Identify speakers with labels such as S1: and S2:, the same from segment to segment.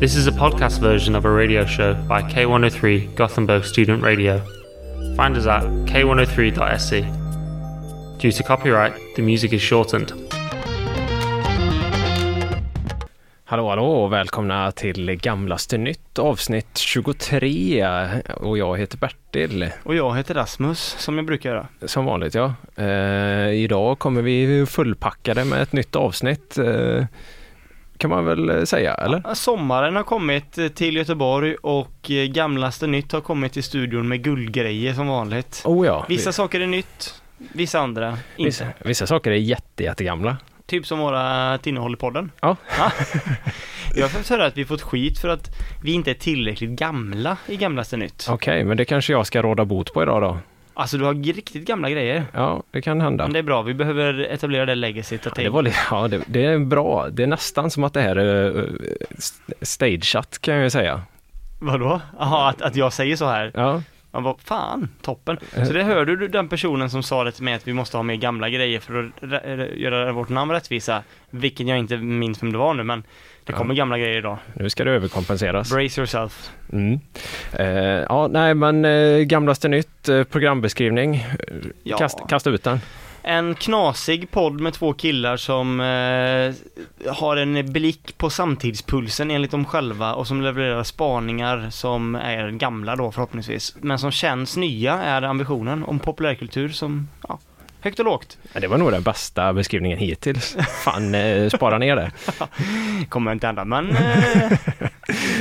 S1: This is a podcast version of a radio show by K103 Gothenburg Student Radio. Find us at k103.se. E. Due to copyright, the music is shortened.
S2: Hallå, hallå och välkomna till Gamlaste Nytt avsnitt 23 och jag heter Bertil
S3: Och jag heter Rasmus, som jag brukar göra.
S2: som vanligt ja. Eh, idag kommer vi fullpackade med ett nytt avsnitt eh, kan man väl säga eller?
S3: Sommaren har kommit eh, till Göteborg och eh, gamlaste nytt har kommit till studion med guldgrejer som vanligt.
S2: Oh ja,
S3: Vissa saker är nytt, vissa andra inte.
S2: vissa, vissa saker är jätte, jättegamla.
S3: Typ som vårat innehåll i podden.
S2: Ja.
S3: Jag har fått höra att vi fått skit för att vi inte är tillräckligt gamla i gamlaste nytt.
S2: Okej, men det kanske jag ska råda bot på idag då.
S3: Alltså du har g- riktigt gamla grejer.
S2: Ja, det kan hända.
S3: Men det är bra, vi behöver etablera det legacyt. att
S2: Ja, det, var, li- ja, det, det är bra. Det är nästan som att det här är eh, st- stageat kan jag ju säga.
S3: Vadå? Jaha, att, att jag säger så här.
S2: Ja,
S3: Man bara, fan, toppen. Så det hörde du den personen som sa det till mig att vi måste ha med gamla grejer för att rä- rä- göra vårt namn rättvisa. Vilken jag inte minns vem det var nu men det kommer gamla grejer idag.
S2: nu ska det överkompenseras.
S3: Brace yourself.
S2: Mm. Eh, ja, nej men eh, gamlaste nytt, eh, programbeskrivning. Eh,
S3: Ja.
S2: Kast, kasta ut den.
S3: En knasig podd med två killar som eh, har en blick på samtidspulsen enligt dem själva och som levererar spaningar som är gamla då förhoppningsvis. Men som känns nya är ambitionen om populärkultur som, ja, högt och lågt.
S2: Ja, det var nog den bästa beskrivningen hittills. Fan, eh, spara ner det.
S3: Kommer inte ändra men eh,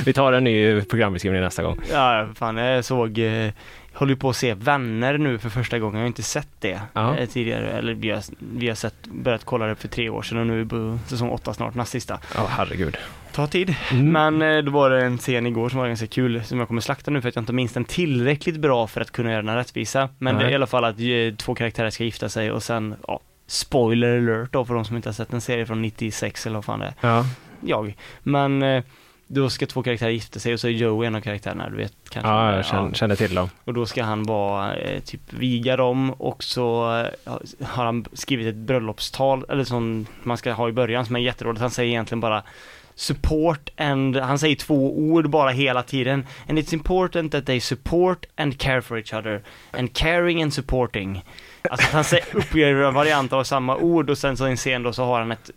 S2: Vi tar en ny programbeskrivning nästa gång.
S3: Ja, fan jag såg, eh, jag håller ju på att se Vänner nu för första gången, jag har inte sett det
S2: Ja.
S3: eh, tidigare, eller vi har, vi har sett, börjat kolla det för tre år sedan och nu är på säsong åtta snart, näst sista.
S2: Ja, herregud.
S3: Ta tid.
S2: Mm.
S3: Men eh, då var det en scen igår som var ganska kul, som jag kommer slakta nu för att jag inte minns den tillräckligt bra för att kunna göra den rättvisa. Men det
S2: Nej.
S3: är i alla fall att eh, två karaktärer ska gifta sig och sen, ja, spoiler alert då för de som inte har sett en serie från 96 eller vad fan det är
S2: Ja,
S3: jag. Men eh, då ska två karaktärer gifta sig och så är Joe en av karaktärerna, du vet kanske?
S2: ja
S3: Ja.
S2: jag känner, känner till dem.
S3: Och då ska han vara, eh, typ viga dem och så eh, har han skrivit ett bröllopstal, eller som man ska ha i början som är jätteroligt. Han säger egentligen bara support and, han säger två ord bara hela tiden. And it's important that they support and care for each other. And caring and supporting. Alltså att han säger- uppger en variant av samma ord och sen så i en scen då så har han ett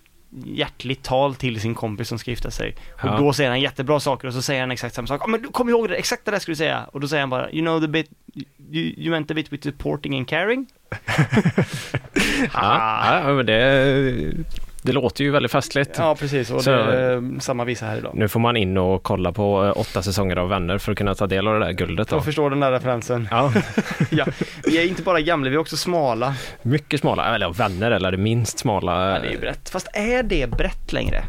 S3: hjärtligt tal till sin kompis som ska gifta sig. Och
S2: Ja.
S3: då säger han jättebra saker och så säger han exakt samma sak. Ja men du kom ihåg det, exakt det där skulle du säga. Och då säger han bara, you know the bit, you, you meant the bit with supporting and caring?
S2: Ja, ja, men det, det låter ju väldigt festligt.
S3: Ja precis, och
S2: Så-
S3: det är eh, samma visa här idag.
S2: Nu får man in och kolla på eh, åtta säsonger av Vänner för att kunna ta del av det där guldet. Då.
S3: Jag förstår den där referensen.
S2: Ja,
S3: Ja, vi är inte bara gamla, vi är också smala.
S2: mycket smala, eller ja, Vänner eller det minst smala. eh,
S3: Ja, det är ju brett. Fast är det brett längre?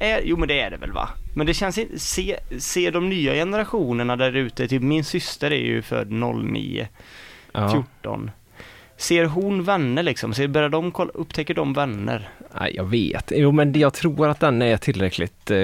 S3: Är, jo men det är det väl va? Men det känns inte, se, se de nya generationerna där ute, typ min syster är ju född 09,
S2: ja.
S3: 14. Ser hon vänner liksom? Ser, börjar de kolla, upptäcker de vänner?
S2: Nej, jag vet. Jo, men det- jag tror att den är tillräckligt eh,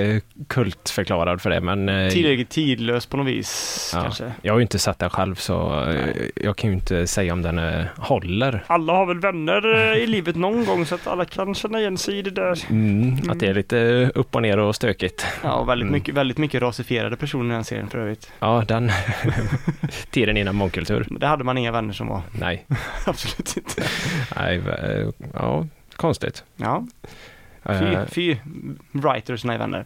S2: kultförklarad för det, men... Eh,
S3: Tillräckligt tidlös på något vis
S2: ja.
S3: kanske?
S2: Jag har ju inte sett den själv, så eh, jag kan ju inte säga om den eh, håller.
S3: Alla har väl vänner eh, i livet någon gång så att alla kan känna igen sig i det där. Mm.
S2: Att det är lite upp och ner och stökigt.
S3: Ja, och
S2: Mm.
S3: väldigt, mycket, väldigt mycket rasifierade personer i den serien för övrigt.
S2: Ja, den tiden innan mångkultur.
S3: Det hade man inga vänner som var.
S2: Nej,
S3: Absolut inte.
S2: nej, eh, ja, konstigt.
S3: Ja,
S2: Eh,
S3: fy, fy writersna är vänner.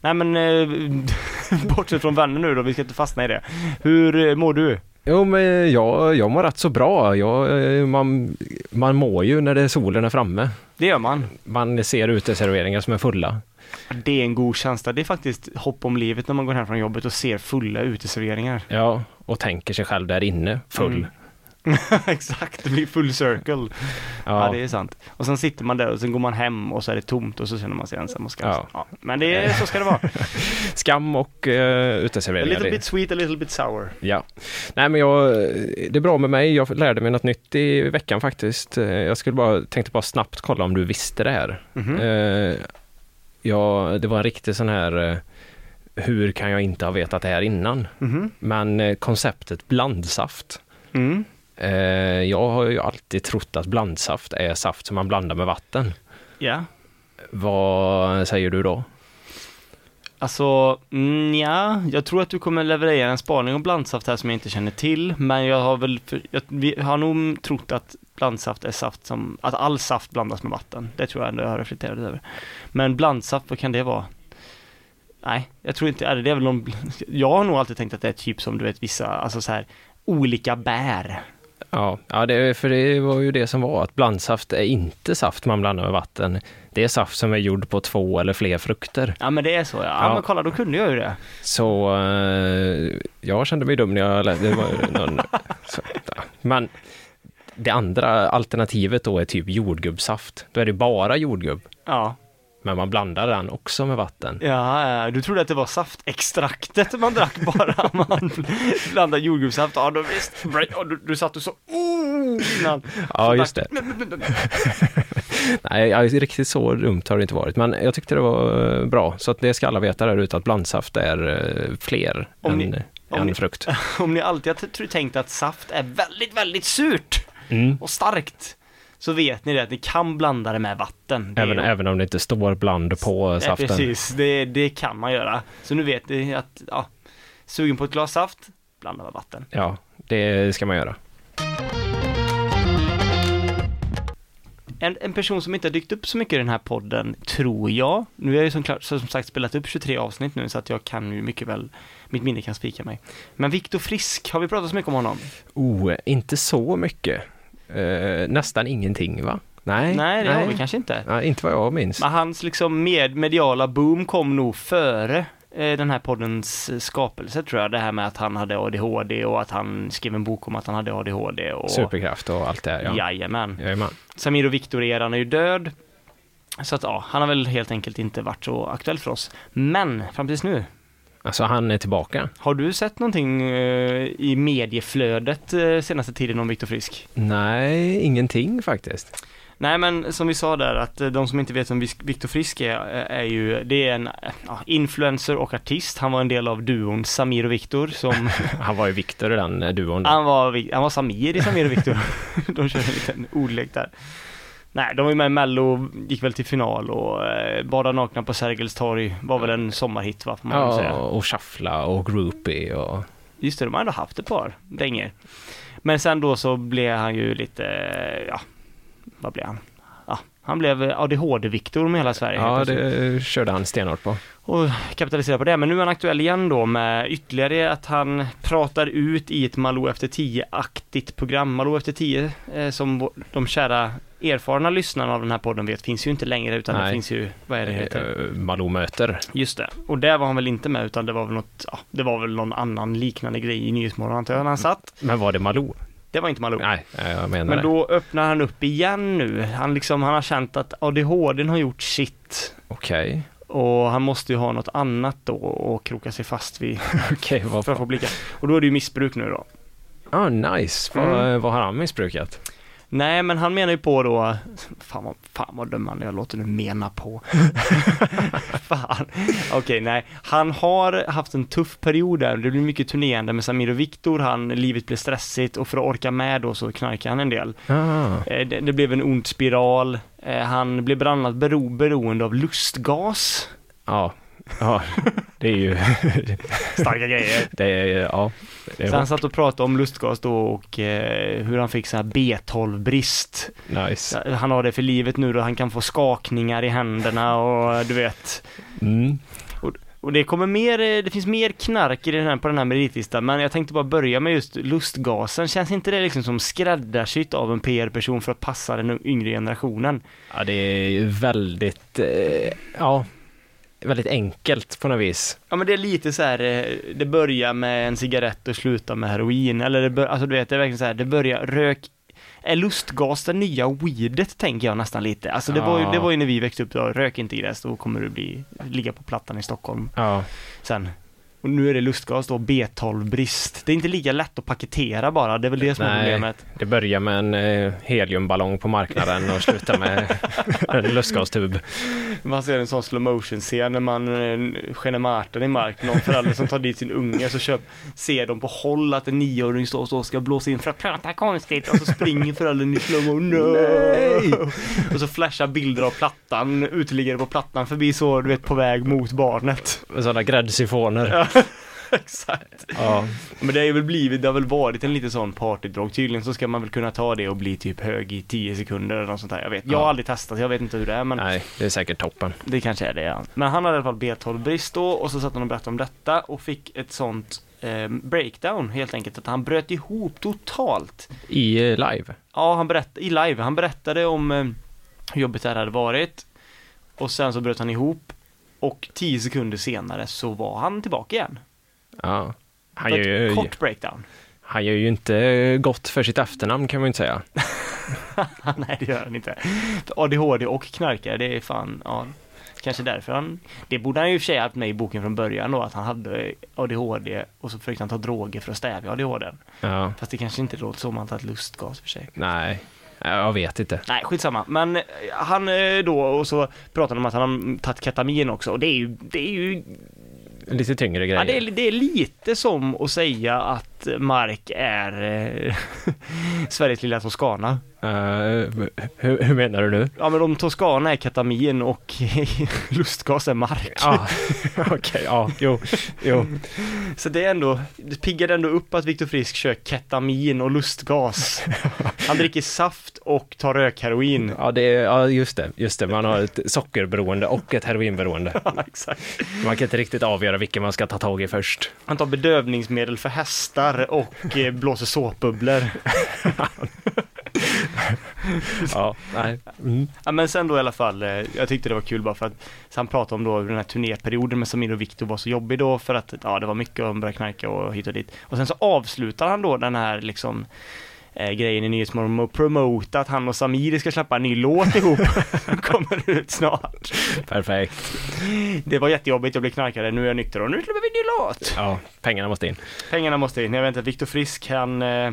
S3: Nej men, eh, bortsett från vänner nu då, vi ska inte fastna i det. Hur eh, mår du?
S2: Jo, men jag, jag mår rätt så bra. Jag, eh, man, man mår ju när det är solen är framme.
S3: Det gör man.
S2: Man ser uteserveringar som är fulla.
S3: Det är en god känsla. Det är faktiskt hopp om livet när man går hem från jobbet och ser fulla uteserveringar.
S2: Ja, och tänker sig själv där inne, full.
S3: Mm. Exakt, det blir full circle. Ja. det är sant. Och sen sitter man där och sen går man hem och så är det tomt och så känner man sig ensam och skamsen.
S2: Ja.
S3: Ja. Men det är, så ska det vara.
S2: Skam och uh,
S3: A
S2: uteserveringar.
S3: little
S2: det-
S3: bit sweet, a little bit sour.
S2: Ja. Nej men jag, det är bra med mig. Jag lärde mig något nytt i veckan faktiskt. Eh, Jag skulle bara, tänkte bara snabbt kolla om du visste det här.
S3: Mhm.
S2: Eh, ja, det var en riktig sån här, eh, hur kan jag inte ha vetat det här innan?
S3: Mhm.
S2: Men eh, konceptet blandsaft.
S3: Mm.
S2: Eh, jag har ju alltid trott att blandsaft är saft som man blandar med vatten.
S3: Ja.
S2: Vad säger du då?
S3: Alltså, mm, ja, jag tror att du kommer leverera en spaning om blandsaft här som jag inte känner till, men jag har väl, för, jag, vi har nog trott att blandsaft är saft som, att all saft blandas med vatten. Det tror jag ändå jag har reflekterat över. Men blandsaft, vad kan det vara? Nej, jag tror inte, eller det är väl någon, jag har nog alltid tänkt att det är typ som du vet vissa, alltså så här olika bär.
S2: Ja, ja det, för det var ju det som var att blandsaft är inte saft man blandar med vatten. Det är saft som är gjord på två eller fler frukter.
S3: Ja men det är så ja. Ja,
S2: Ja.
S3: men kolla, då kunde jag ju det.
S2: Så eh, jag kände mig dum när jag läste. Det var ju någon, så, ja. Men det andra alternativet då är typ jordgubbssaft. Då är det bara jordgubb,
S3: Ja.
S2: men man blandar den också med vatten.
S3: Ja, ja, eh, du trodde att det var saftextraktet man drack bara, man blandade jordgubbssaft, ja då visst, ja, du, du satt och så, oh, innan.
S2: Ja, just det. Nej, ja, riktigt så dumt har det inte varit, men jag tyckte det var eh, bra. Så att det ska alla veta där ute att blandsaft är eh, fler
S3: Om
S2: än,
S3: ni- om
S2: än
S3: ni-
S2: frukt.
S3: Om ni alltid har t- tänkt att saft är väldigt, väldigt surt
S2: Mm.
S3: och starkt, så vet ni det att ni kan blanda det med vatten. Det är
S2: Även,
S3: ju-
S2: även om det inte står bland på
S3: Ja,
S2: saften.
S3: precis, det, det kan man göra. Så nu vet ni att, ja, sugen på ett glas saft, blanda med vatten.
S2: Ja, det ska man göra.
S3: En, en person som inte har dykt upp så mycket i den här podden, tror jag. Nu har jag ju som, klart, som sagt spelat upp 23 avsnitt nu, så att jag kan ju mycket väl, mitt minne kan spika mig. Men Viktor Frisk, har vi pratat så mycket om honom?
S2: Oh, inte så mycket. Eh, nästan ingenting, va? Nej,
S3: Nej, det har vi kanske inte.
S2: Nej, inte vad jag minns.
S3: Men hans liksom med, mediala boom kom nog före eh, den här poddens eh, skapelse tror jag. Det här med att han hade ADHD och att han skrev en bok om att han hade ADHD och...
S2: Superkraft och allt det här, ja.
S3: Jajamän.
S2: Jajamän.
S3: Samir och Viktor eran är ju död. Så att ja, han har väl helt enkelt inte varit så aktuell för oss. Men, fram tills nu,
S2: Alltså, han är tillbaka.
S3: har du sett någonting eh, i medieflödet eh, senaste tiden om Viktor Frisk?
S2: Nej, ingenting faktiskt.
S3: Nej men som vi sa där att eh, de som inte vet vem Vis- Viktor Frisk är, eh, är ju, det är en eh, ja, influencer och artist. Han var en del av duon Samir och Viktor som,
S2: Han var ju Viktor i den eh, duon. då.
S3: han var, Vi- han var Samir i Samir och Viktor. de körde en liten ordlek där. Nej, de var ju med i Mello, gick väl till final och eh, Bada nakna på Sergels torg var väl en sommarhit va, får man väl
S2: Ja,
S3: säga.
S2: och Shuffla och Groupie och...
S3: Just det, de har ändå haft ett par dänger. Men sen då så blev han ju lite, ja, vad blev han? Ja, han blev ADHD-Viktor med hela Sverige. helt
S2: Ja,
S3: plötsligt.
S2: det körde han stenhårt på.
S3: och kapitalisera på det. Men nu är han aktuell igen då med ytterligare att han pratar ut i ett Malou efter 10-aktigt program. Malou efter 10 eh, som vår- de kära erfarna lyssnarna av den här podden vet finns ju inte längre utan det
S2: Nej.
S3: finns ju, vad är det det heter?
S2: Eh, Malou möter.
S3: Just det. Och där var han väl inte med utan det var väl något, ja, det var väl någon annan liknande grej i Nyhetsmorgon antar jag när han satt.
S2: Men var det Malou?
S3: Det var inte Malou.
S2: Mm. Nej, eh, jag menar
S3: Men
S2: det.
S3: då öppnar han upp igen nu. Han liksom, han har känt att ADHD har gjort sitt.
S2: Okej.
S3: Och han måste ju ha något annat då och kroka sig fast vid
S2: Okej, vad
S3: för att få blicka. Och då är det ju missbruk nu då.
S2: Ah, nice. Vad,
S3: Mm.
S2: eh, vad har han missbrukat?
S3: Nej, men han menar ju på då, fan vad, fan vad dömande jag låter nu mena på. fan. Okej, nej. Han har haft en tuff period där, det blir mycket turnerande med Samir och Viktor, han, livet blev stressigt och för att orka med då så knarkade han en del.
S2: Ah,
S3: Eh, Det, det blev en ond spiral, Eh, han blev bland annat bero, beroende av lustgas.
S2: ja. Ja, det är ju...
S3: Starka grejer.
S2: Det är, ja. Det
S3: Så han
S2: är
S3: satt och pratade om lustgas då och eh, hur han fick sån här B12-brist.
S2: nice.
S3: Ja, Han har det för livet nu då, han kan få skakningar i händerna och eh, du vet.
S2: Mm.
S3: Och det kommer mer, eh, det finns mer knark i den här, på den här meritlistan, men jag tänkte bara börja med just lustgasen. Känns inte det liksom som skräddarsytt av en PR-person för att passa den yngre generationen?
S2: Ja, det är ju väldigt, eh, ja, väldigt enkelt på något vis.
S3: Ja men det är lite så här, eh, det börjar med en cigarett och slutar med heroin, eller det bör, alltså du vet, det är verkligen så här, det börjar, rök, är lustgas det nya weedet tänker jag nästan lite. Alltså det var ju,
S2: Ja.
S3: det var ju när vi växte upp då, rök inte gräs, då kommer du bli, ligga på plattan i Stockholm
S2: Ja.
S3: sen. Och nu är det lustgas då, B12-brist. Det är inte lika lätt att paketera bara, det är väl det som är
S2: Nej.
S3: problemet.
S2: Det börjar med en eh, heliumballong på marknaden och slutar med en lustgastub.
S3: Man ser en sån slow motion scen när man eh, skenar Martin i marken, någon förälder som tar dit sin unge så köp, ser de på håll att en nioåring står och så ska blåsa in för att prata konstigt och så springer föräldern i slow mo, no!
S2: Nej!
S3: Och så flashar bilder av plattan, uteliggare på plattan förbi så, du vet, på väg mot barnet.
S2: Med sådana gräddsifoner.
S3: Ja, Exakt.
S2: Ja.
S3: Men det har ju väl blivit, det har väl varit en lite sån partydrog. Tydligen så ska man väl kunna ta det och bli typ hög i 10 sekunder eller något sånt där. Jag vet, jag har
S2: Ja.
S3: aldrig testat, jag vet inte hur det är men
S2: Nej, det är säkert toppen.
S3: Det kanske är det ja. Men han hade i alla fall B12-brist då och så satt han och berättade om detta och fick ett sånt eh, breakdown helt enkelt. Att han bröt ihop totalt.
S2: I eh, live.
S3: Ja, han berättade i live. Han berättade om eh, hur jobbigt det här hade varit. Och sen så bröt han ihop. Och 10 sekunder senare så var han tillbaka igen.
S2: Ja. Han
S3: På
S2: gör,
S3: ett
S2: ju,
S3: kort breakdown.
S2: han gör ju inte gott för sitt efternamn kan man ju inte säga.
S3: Nej, det gör han inte. ADHD och knarkare, det är fan, ja. Kanske därför han, det borde han ju i och för sig haft med i boken från början då, att han hade ADHD och så försökte han ta droger för att stävja ADHD. n.
S2: Ja.
S3: Fast det kanske inte låter som att han hade lustgas för sig.
S2: Nej, jag vet inte.
S3: Nej, skitsamma. Men eh, han eh, då, och så pratade han om att han har tagit ketamin också, och det är ju, det är ju,
S2: Lite tyngre grejer.
S3: ja, det, är, det är lite som att säga att Mark är eh, Sveriges lilla Toscana.
S2: Eh, hur, hur menar du nu?
S3: Ja men om Toscana är ketamin och lustgas är mark.
S2: Ja, okej, ja, jo, jo.
S3: Så det är ändå, det piggar ändå upp att Viktor Frisk kör ketamin och lustgas. Han dricker saft och tar rökheroin.
S2: Ja, det är, ja, just det, just det. Man har ett sockerberoende och ett heroinberoende.
S3: Ja, exakt.
S2: Man kan inte riktigt avgöra vilken man ska ta tag i först.
S3: Han tar bedövningsmedel för hästar och eh, blåser såpbubblor.
S2: Ja, nej. Mm.
S3: Ja, men sen då i alla fall, eh, jag tyckte det var kul bara för att så han pratade om då hur den här turnéperioden med Samir och Viktor var så jobbig då för att ja, det var mycket att börja knarka och hit och dit. Och sen så avslutar han då den här liksom eh, grejen i Nyhetsmorgon med att promota att han och Samir ska släppa en ny låt ihop. Kommer ut snart.
S2: Perfekt.
S3: Det var jättejobbigt, jag blev knarkare, nu är jag nykter och nu släpper vi en ny låt.
S2: Ja, pengarna måste in.
S3: Pengarna måste in, jag vet inte, Viktor Frisk han, eh,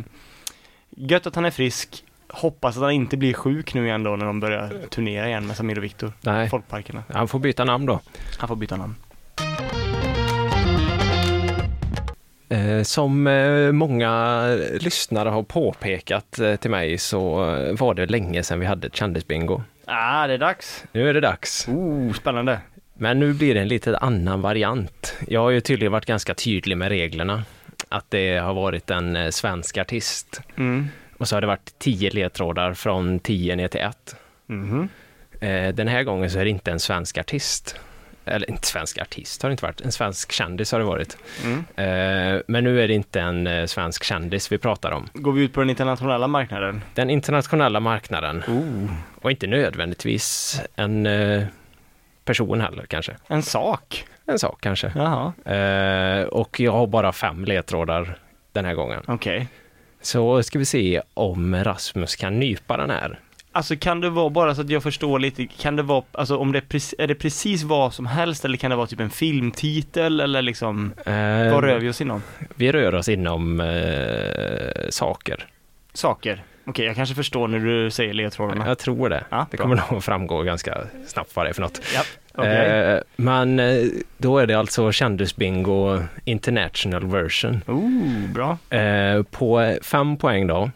S3: gött att han är frisk. Hoppas att han inte blir sjuk nu igen då när de börjar turnera igen med Samir och Viktor.
S2: Nej,
S3: Folkparkerna.
S2: han får byta namn då.
S3: Han får byta namn.
S2: Eh, Som eh, många lyssnare har påpekat eh, till mig så eh, var det länge sedan vi hade ett kändisbingo.
S3: Ah, det är dags.
S2: Nu är det dags.
S3: Oh, spännande.
S2: Men nu blir det en lite annan variant. Jag har ju tydligen varit ganska tydlig med reglerna. Att det har varit en eh, svensk artist.
S3: Mm.
S2: Och så har det varit 10 ledtrådar från 10 ner till 1.
S3: Mhm.
S2: Eh, Den här gången så är det inte en svensk artist. Eller inte svensk artist har det inte varit, en svensk kändis har det varit.
S3: Mm.
S2: Eh, Men nu är det inte en eh, svensk kändis vi pratar om.
S3: Går vi ut på den internationella marknaden?
S2: Den internationella marknaden
S3: Oh.
S2: och inte nödvändigtvis en eh, person heller kanske.
S3: En sak.
S2: En sak kanske.
S3: Jaha,
S2: Eh, och jag har bara fem ledtrådar den här gången.
S3: okej.
S2: Så ska vi se om Rasmus kan nypa den här.
S3: Alltså kan det vara, bara så att jag förstår lite, kan det vara, alltså om det är, preci- är det precis vad som helst eller kan det vara typ en filmtitel eller liksom,
S2: Eh,
S3: vad rör vi oss inom?
S2: vi rör oss inom eh, saker.
S3: Saker. Okej, jag kanske förstår när du säger ledtrådarna.
S2: Jag tror det.
S3: Ja,
S2: det
S3: bra.
S2: kommer nog att framgå ganska snabbt vad det är för något.
S3: Ja, okej.
S2: Eh, men eh, då är det alltså kändisbingo international version.
S3: Oh, bra.
S2: Eh, på fem poäng då.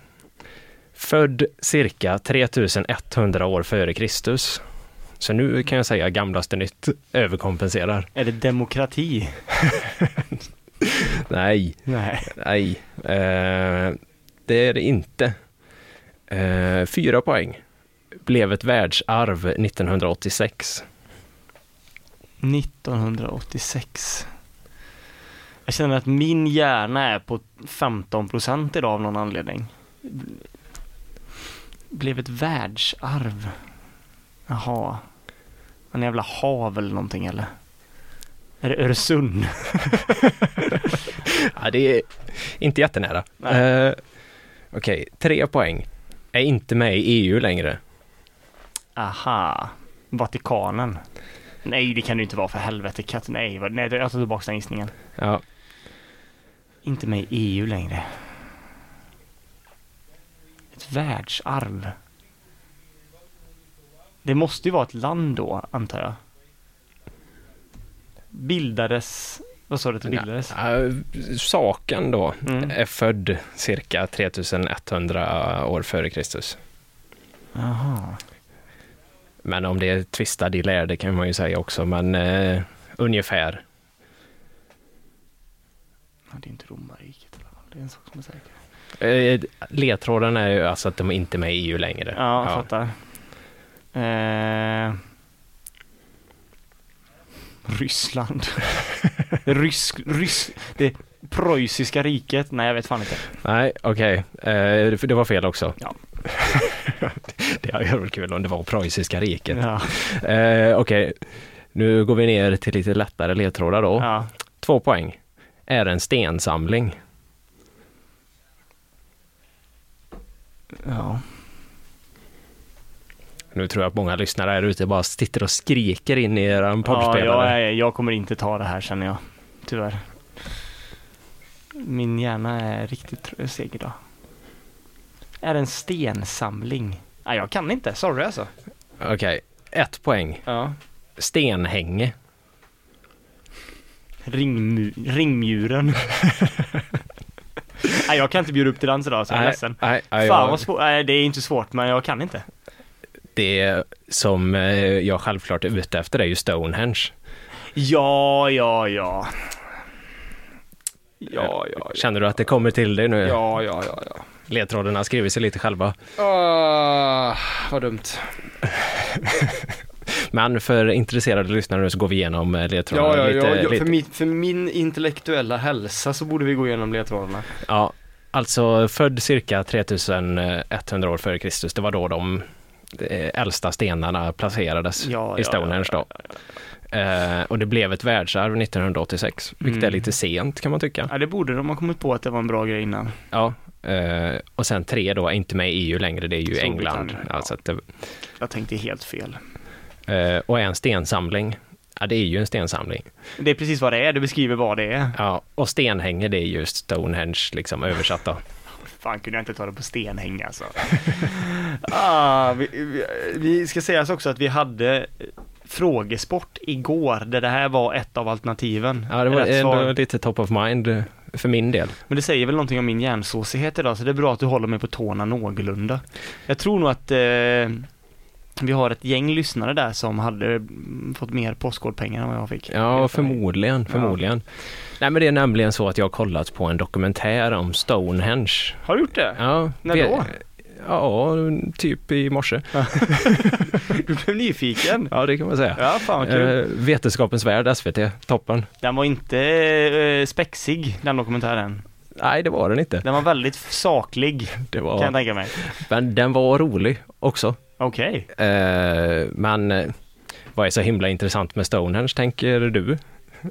S2: Född cirka 3100 år före Kristus. Så nu kan jag säga gamlaste nytt överkompenserar.
S3: Är det demokrati?
S2: Nej,
S3: Nej.
S2: nej. Eh, det är det inte. Eh, fyra poäng. Blev ett världsarv 1986.
S3: 1986. Jag känner att min hjärna är på 15% idag av någon anledning. Blev ett världsarv. Jaha. En jävla hav eller någonting eller? Är det Öresund?
S2: Ja, det är inte jättenära.
S3: Nej.
S2: Eh, Okej, tre poäng. Är E inte med i EU längre.
S3: Aha. Vatikanen. Nej, det kan det ju inte vara för helvete. Katt, nej, vad- nej, jag tar tillbaka den gissningen.
S2: Ja.
S3: Inte med i EU längre. Ett världsarv. Det måste ju vara ett land då, antar jag. Bildades... Vad sa du att det bildades?
S2: Ja, eh, Saken då
S3: Mm.
S2: är född cirka 3100 år före Kristus.
S3: Jaha.
S2: Men om det är tvistade i lärde kan man ju säga också, men eh, ungefär.
S3: Ja, det är inte romarriket i alla fall. Det är en sak som är säker.
S2: Eh, ledtråden är ju alltså att de inte är med i EU längre.
S3: Ja, jag fattar. Eh... Ryssland. Rysk, rysk, det preussiska riket? Nej, jag vet fan inte.
S2: Nej, okej. Eh, för det var fel också.
S3: Ja.
S2: det hade varit kul om det var preussiska riket.
S3: Ja,
S2: Eh, okej, nu går vi ner till lite lättare ledtrådar då.
S3: ja.
S2: Två poäng. Är en stensamling.
S3: ja.
S2: Nu tror jag att många lyssnare här ute bara sitter och skriker in i eran
S3: Ja,
S2: poddspelare.
S3: jag, är- jag kommer inte ta det här känner jag. Tyvärr. Min hjärna är riktigt tr- seg idag. Är det en stensamling? Nej, jag kan inte. Sorry alltså.
S2: Okej, ett poäng.
S3: Ja.
S2: Stenhänge.
S3: Ringmu ringmuren. Nej, jag kan inte bjuda upp till dans idag så jag är
S2: Nej,
S3: ledsen.
S2: nej, nej,
S3: Fan
S2: jag-
S3: vad svårt. Nej, det är inte svårt men jag kan inte.
S2: Det som eh, jag självklart är ute efter är ju Stonehenge.
S3: Ja, ja, ja. Ja, ja, ja.
S2: Känner du att det kommer till dig nu?
S3: Ja, ja, ja, ja.
S2: Ledtrådarna skriver sig lite själva.
S4: Ah, vad dumt.
S2: Men för intresserade lyssnare nu så går vi igenom eh, ledtrådarna
S4: Ja, ja,
S2: lite.
S4: ja, ja
S2: lite.
S4: för, min, för min intellektuella hälsa så borde vi gå igenom ledtrådarna.
S2: Ja, alltså född cirka 3100 år före Kristus. Det var då de eh, äldsta stenarna placerades
S3: Ja,
S2: i
S3: ja,
S2: Stonehenge då. Eh, och det blev ett världsarv 1986, vilket är
S3: Mm.
S2: lite sent kan man tycka.
S3: Ja, det borde de ha kommit på att det var en bra grej innan.
S2: Ja, eh, och sen tre då, är inte med i EU längre, det är ju
S3: Storbritannien,
S2: England.
S3: ja.
S2: Alltså att det,
S3: Jag tänkte helt fel.
S2: eh, och är en stensamling. Ja, det är ju en stensamling.
S3: Det är precis vad det är, det beskriver vad det är.
S2: Ja, och stenhänge, det är ju Stonehenge liksom översatt då.
S3: Fan, kunde jag inte ta det på stenhäng alltså. ah, vi, vi, vi ska sägas också att vi hade eh, frågesport igår, där det här var ett av alternativen.
S2: Ja, det var
S3: Rätt svar.
S2: ändå lite top of mind eh, för min del.
S3: Men det säger väl någonting om min hjärnsåsighet idag, så det är bra att du håller mig på tårna någorlunda. Jag tror nog att eh, vi har ett gäng lyssnare där som hade mm, fått mer Postkodpengar än vad jag fick.
S2: Ja, förmodligen, förmodligen. Nej, men det är nämligen så att jag har kollat på en dokumentär om Stonehenge.
S3: Har du gjort det?
S2: Ja,
S3: När
S2: vi-
S3: då?
S2: Ja, typ i morse.
S3: Du blev nyfiken?
S2: Ja, det kan man säga.
S3: Ja, fan vad kul.
S2: Eh, Vetenskapens värld, SVT, toppen.
S3: Den var inte eh, spexig, den dokumentären.
S2: Nej, det var den inte.
S3: Den var väldigt saklig,
S2: Det
S3: kan jag
S2: var,
S3: tänka mig.
S2: men den var rolig också.
S3: Okej.
S2: Eh, men eh, vad är så himla intressant med Stonehenge, tänker du?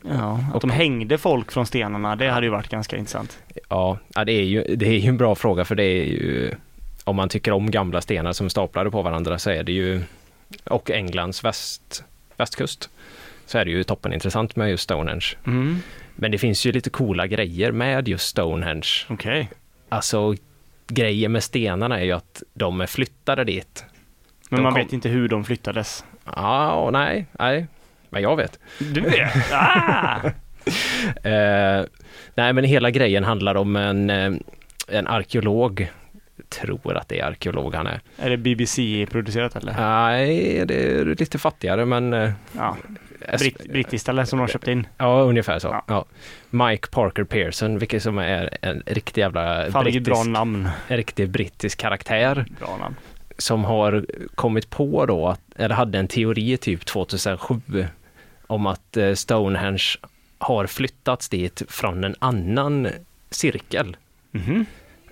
S3: Ja, att de hängde folk från stenarna, det hade ju varit ganska intressant.
S2: Ja, ja, det är ju, det är ju en bra fråga för det är ju om man tycker om gamla stenar som staplade på varandra så är det ju och Englands väst, västkust så är det ju toppenintressant med just Stonehenge.
S3: Mm.
S2: Men det finns ju lite coola grejer med just Stonehenge.
S3: Okej.
S2: Alltså grejen med stenarna är ju att de är flyttade dit.
S3: Men
S2: De
S3: man
S2: kom-
S3: vet inte hur de flyttades.
S2: Ja, och nej, nej, men jag vet.
S3: Du vet! Ah!
S2: Eh, nej, men hela grejen handlar om en, eh, en arkeolog, tror att det är arkeolog han är,
S3: Är det BBC-producerat eller?
S2: Nej, det är lite fattigare men... eh,
S3: Ja.
S2: S-
S3: Britt, brittiskt eller som de köpte in.
S2: ja, ungefär så.
S3: Ja.
S2: Ja. Mike Parker Pearson, vilket som är en riktig jävla
S3: Fan vilket bra
S2: brittisk,
S3: namn.
S2: en riktig brittisk karaktär
S3: Bra namn.
S2: som har kommit på då, att, eller hade en teori typ 2007 om att eh, Stonehenge har flyttats dit från en annan cirkel.
S3: Mhm.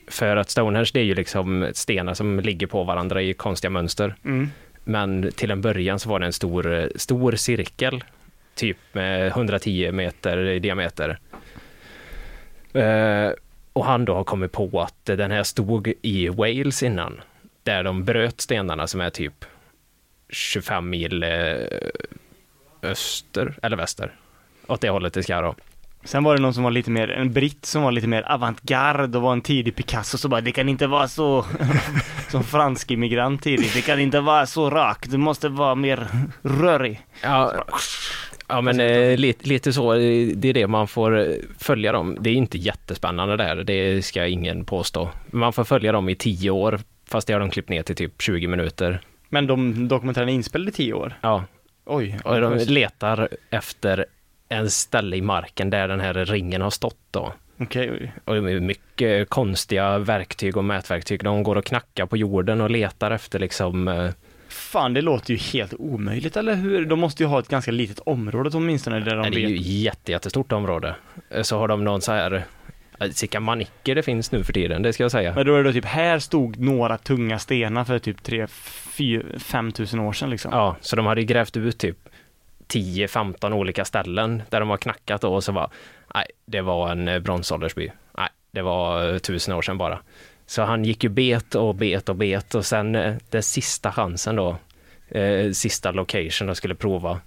S2: För att Stonehenge det är ju liksom stenar som ligger på varandra i konstiga mönster.
S3: Mm.
S2: Men till en början så var det en stor, eh, stor cirkel, typ med 110 meter i diameter. Eh, och han då har kommit på att eh, den här stod i Wales innan, där de bröt stenarna som är typ 25 mil eh, öster eller väster. Åt det hållet det ska då.
S3: Sen var det någon som var lite mer, en britt som var lite mer avantgarde och var en tidig Picasso så bara det kan inte vara så som fransk immigrant tidigt, det kan inte vara så rak, du måste vara mer rörig.
S2: Ja, ja men eh, lite, lite så, eh, det är det man får eh, följa dem. Det är inte jättespännande det här, det ska ingen påstå. Man får följa dem i tio år, fast det har de klippt ner till typ 20 minuter.
S3: Men de dokumentären är inspelad i tio år.
S2: Ja,
S3: Oj.
S2: och de letar efter en ställe i marken där den här ringen har stått då.
S3: Okej, oj.
S2: Och det är mycket konstiga verktyg och mätverktyg. De går och knackar på jorden och letar efter liksom eh,
S3: Fan, det låter ju helt omöjligt, eller hur? De måste ju ha ett ganska litet område åtminstone där de
S2: Nej, det är
S3: vet.
S2: ju jätte, jättestort område. Eh, Så har de någon så här, eh, vilka manicker det finns nu för tiden, det ska jag säga.
S3: Men då är det typ, här stod några tunga stenar för typ 3 4 5 tusen år sedan liksom.
S2: Ja, så de hade ju grävt ut typ 10-15 olika ställen där de har knackat då och så var, nej, det var en eh, bronsåldersby. Nej, det var eh, tusen år sedan bara. Så han gick ju bet och bet och bet och sen eh, den sista chansen då, eh, sista location de skulle prova,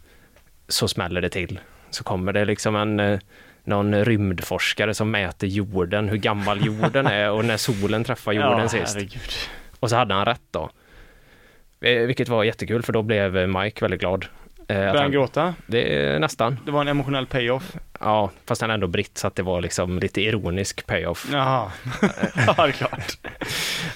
S2: så smäller det till. Så kommer det liksom en eh, någon rymdforskare som mäter jorden, hur gammal jorden är och när solen träffar jorden
S3: ja,
S2: sist.
S3: herregud.
S2: Och så hade han rätt då. Eh, Vilket var jättekul för då blev eh, Mike väldigt glad. Eh, att
S3: Började han
S2: han,
S3: gråta?
S2: det är nästan.
S3: Det var en emotionell payoff.
S2: Ja, fast han är ändå britt så att det var liksom lite ironisk payoff.
S3: Jaha. ja, det är klart.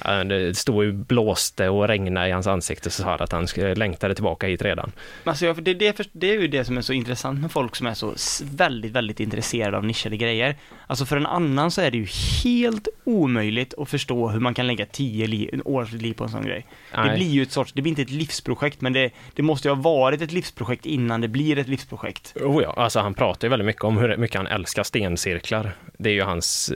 S2: Eh, Det stod ju blåste och regnade i hans ansikte så sa han att han sk- längtade tillbaka hit redan.
S3: Men Alltså jag, det, det, för- det är ju det som är så intressant med folk som är så s- väldigt, väldigt intresserade av nischade grejer. Alltså för en annan så är det ju helt omöjligt att förstå hur man kan lägga tio li, års liv på en sån grej. Det
S2: Nej.
S3: blir ju ett sorts, det blir inte ett livsprojekt men det, det måste ju ha varit ett livsprojekt innan det blir ett livsprojekt.
S2: Oh ja, alltså han pratar ju väldigt mycket om hur mycket han älskar stencirklar. Det är ju hans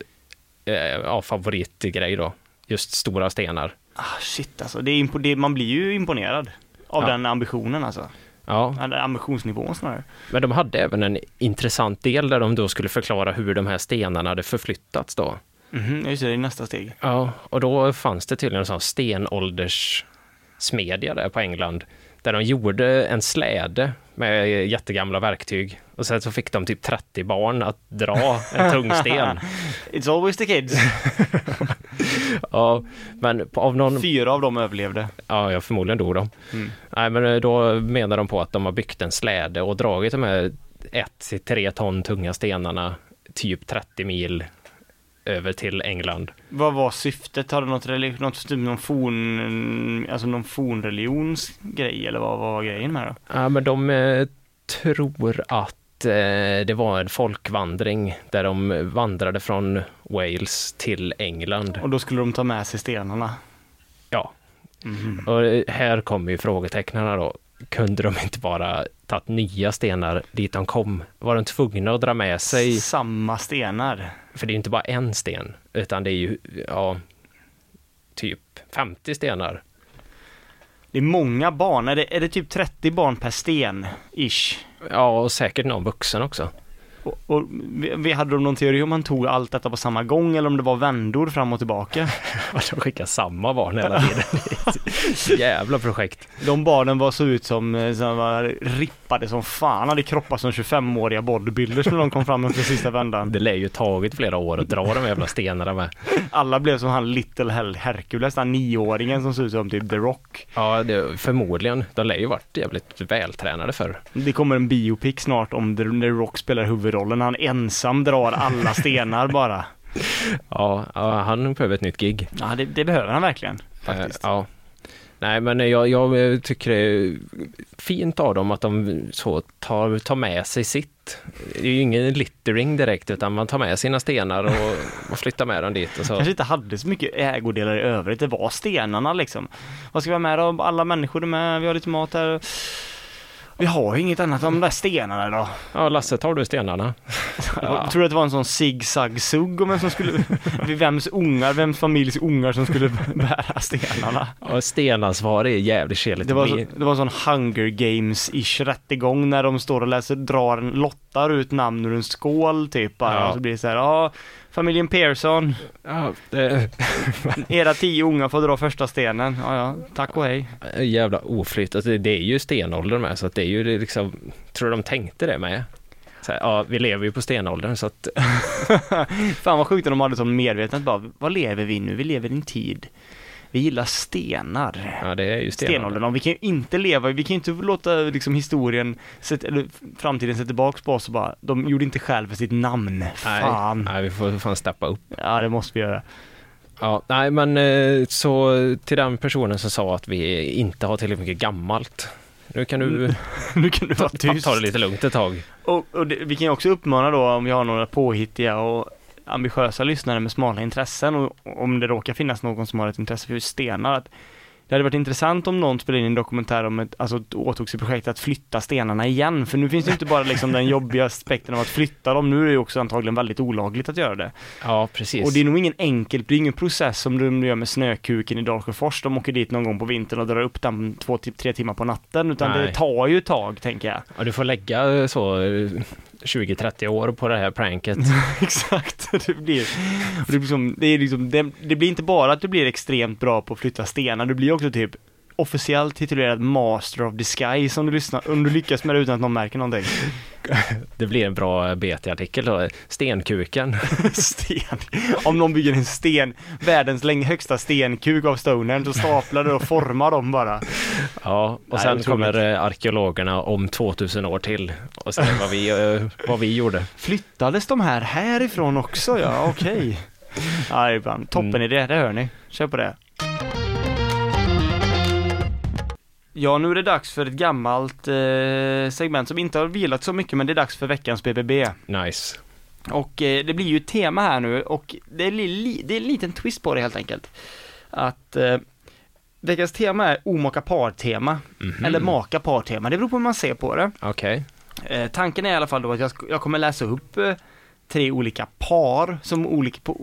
S2: eh, ja, favoritgrej då. Just stora stenar.
S3: Ah shit alltså, det är impo, det, man blir ju imponerad. Av
S2: Ja.
S3: den ambitionen alltså.
S2: Ja,
S3: Eller ambitionsnivån snarare.
S2: Men de hade även en intressant del där de då skulle förklara hur de här stenarna hade förflyttats då.
S3: Mhm, just det, det är nästa steg.
S2: Ja, och då fanns det tydligen en sån stenålderssmedja där på England, där de gjorde en släde med jättegamla verktyg. Och sen så fick de typ 30 barn att dra en tung sten.
S3: It's always the kids.
S2: Ja, men på- av någon...
S3: Fyra av dem överlevde.
S2: Ja, jag förmodligen dog de. Nej, men eh, då menar de på att de har byggt en släde och dragit de här 1-3 ton tunga stenarna typ 30 mil över till England.
S3: Vad var syftet? Har det något relig- något, typ någon forn, alltså någon fornreligionsgrej eller vad vad var grejen med det?
S2: Ja, men de eh, tror att eh, det var en folkvandring där de vandrade från Wales till England.
S3: Och då skulle de ta med sig stenarna.
S2: Ja,
S3: Mhm.
S2: och eh, här kommer ju frågetecknarna då. Kunde de inte bara tagit nya stenar dit de kom? Var de tvungna att dra med sig
S3: Samma stenar.
S2: För det är ju inte bara en sten, utan det är ju, ja, typ 50 stenar.
S3: Det är många barn, är det, är det typ 30 barn per sten? Ish.
S2: Ja, och säkert någon vuxen också.
S3: Och, och vi, vi hade de någon teori om man tog allt detta på samma gång eller om det var vändor fram och tillbaka?
S2: Och de skickar samma barn hela tiden. Det är ett Jävla projekt.
S3: De barnen var så ut som, eh, som var rippade som fan, hade kroppar som 25-åriga bodybuilders när de kom fram efter sista vändan.
S2: Det lär ju tagit flera år att dra de jävla stenarna med.
S3: Alla blev som han Little Hel- Hercules, den nioåringen som ser ut som typ The Rock.
S2: Ja, det, förmodligen. De lär ju varit jävligt vältränade förr.
S3: Det kommer en biopic snart om The, The Rock spelar huvudrollen. Han ensam drar alla stenar bara.
S2: Ja, ja han behöver ett nytt gig.
S3: Ja, det, det behöver han verkligen. Faktiskt.
S2: Eh, ja. Nej, men jag, jag tycker det är fint av dem att de så tar, tar med sig sitt. Det är ju ingen littering direkt, utan man tar med sina stenar och, och flyttar med dem dit. Och så.
S3: Kanske inte hade så mycket ägodelar i övrigt. Det var stenarna liksom. Vad ska vi ha med då? Alla människor är med. Vi har lite mat här. Vi har ju inget annat än de där stenarna då.
S2: Ja, Lasse, tar du stenarna? Ja.
S3: Jag tror att det var en sån zigzag-sugg om vem som skulle, vems ungar, vems familjs ungar som skulle bära stenarna.
S2: Ja, stenansvarig är jävligt keligt.
S3: Det var, så, det var en sån hunger games-ish rättegång när de står och läser, drar, en- lottar ut namn ur en skål typ bara.
S2: Ja.
S3: Och så blir det så här, ja, familjen Persson,
S2: ja, det
S3: era tio unga får dra första stenen. Ja, ja, tack och hej.
S2: är jävla oflytt. Alltså, det är ju stenåldern med, så att det är ju det liksom, tror du de tänkte det med? Så här, ja, vi lever ju på stenåldern så att,
S3: Fan vad sjukt om de hade som medvetet bara, vad lever vi nu? Vi lever i en tid. Vi gillar stenar.
S2: ja det är ju stenåldern.
S3: Stenåldern, och vi kan ju inte leva, vi kan ju inte låta liksom historien, sätt, eller framtiden se tillbaks på oss och bara, de gjorde inte skäl för sitt namn. Fan.
S2: Nej, nej, vi får fan steppa upp.
S3: Ja, det måste vi göra.
S2: Ja, nej men eh, så till den personen som sa att vi inte har tillräckligt mycket gammalt. Nu kan du
S3: Nu kan du vara
S2: ta,
S3: Mm. tyst.
S2: ta det lite lugnt ett tag.
S3: Och, och det, vi kan ju också uppmana då om vi har några påhittiga och ambitiösa lyssnare med smala intressen och och om det råkar finnas någon som har ett intresse för just stenar. Att det hade varit intressant om någon spelade in en dokumentär om ett, alltså ett- åtog sig projektet att flytta stenarna igen, för nu finns det ju inte bara liksom den jobbiga aspekten av att flytta dem, nu är det ju också antagligen väldigt olagligt att göra det.
S2: Ja, precis.
S3: Och det är nog ingen enkel, det är ingen process som de gör med snökuken i Dalsjöfors, de åker dit någon gång på vintern och drar upp den två, till tre timmar på natten, utan det
S2: Nej.
S3: tar ju ett tag, tänker jag.
S2: Ja, du får lägga eh, så eh, 20-30 år på det här pranket.
S3: Exakt, det blir, och det, blir som, det, är liksom, det, det blir inte bara att du blir extremt bra på att flytta stenar, du blir också typ officiellt titulerad Master of Disguise om du, lyssnar, om du lyckas med det utan att någon märker någonting.
S2: Det blir en bra BT-artikel då. Stenkuken.
S3: Sten. Om någon bygger en sten, världens läng- högsta stenkuk av stonern, så staplar du och formar dem bara.
S2: Ja, och
S3: Nej,
S2: sen
S3: otroligt.
S2: kommer eh, arkeologerna om 2000 år till och säger vad vi, eh, vad vi gjorde.
S3: Flyttades de här härifrån också? Ja, okej. Ja, det är ibland. Toppen idé, det hör ni. Kör på det. Ja, nu är det dags för ett gammalt eh, segment som inte har vilat så mycket, men det är dags för veckans BBB.
S2: Nice.
S3: Och eh, det blir ju ett tema här nu och det, blir li- det är en liten twist på det helt enkelt. Att eh, veckans tema är omaka par-tema, eller maka par-tema, det beror på hur man ser på det.
S2: Okej.
S3: Eh, tanken är i alla fall då att jag, sk- jag kommer läsa upp eh, tre olika par som olika, på,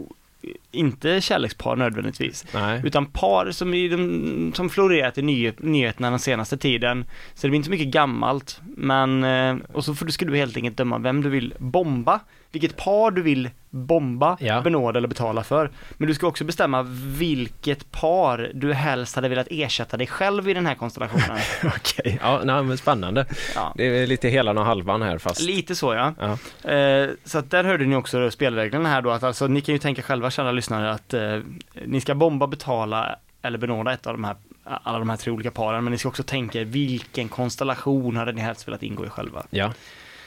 S3: inte kärlekspar nödvändigtvis,
S2: Nej.
S3: utan par som, i de, som florerat i ny, nyheterna den senaste tiden. Så det blir inte så mycket gammalt, men eh, och så får du, ska du helt enkelt döma vem du vill bomba, vilket par du vill bomba,
S2: Ja.
S3: benåda eller betala för. Men du ska också bestämma vilket par du helst hade velat ersätta dig själv i den här konstellationen.
S2: Okej. Ja, nej, men spännande.
S3: Ja.
S2: Det är lite helan och halvan här fast.
S3: Lite så ja.
S2: Ja.
S3: Eh, så att där hörde ni också då spelreglerna här då att alltså ni kan ju tänka själva kära lyssnare att eh, ni ska bomba, betala eller benåda ett av de här alla de här tre olika paren men ni ska också tänka er vilken konstellation hade ni helst velat ingå i själva.
S2: Ja.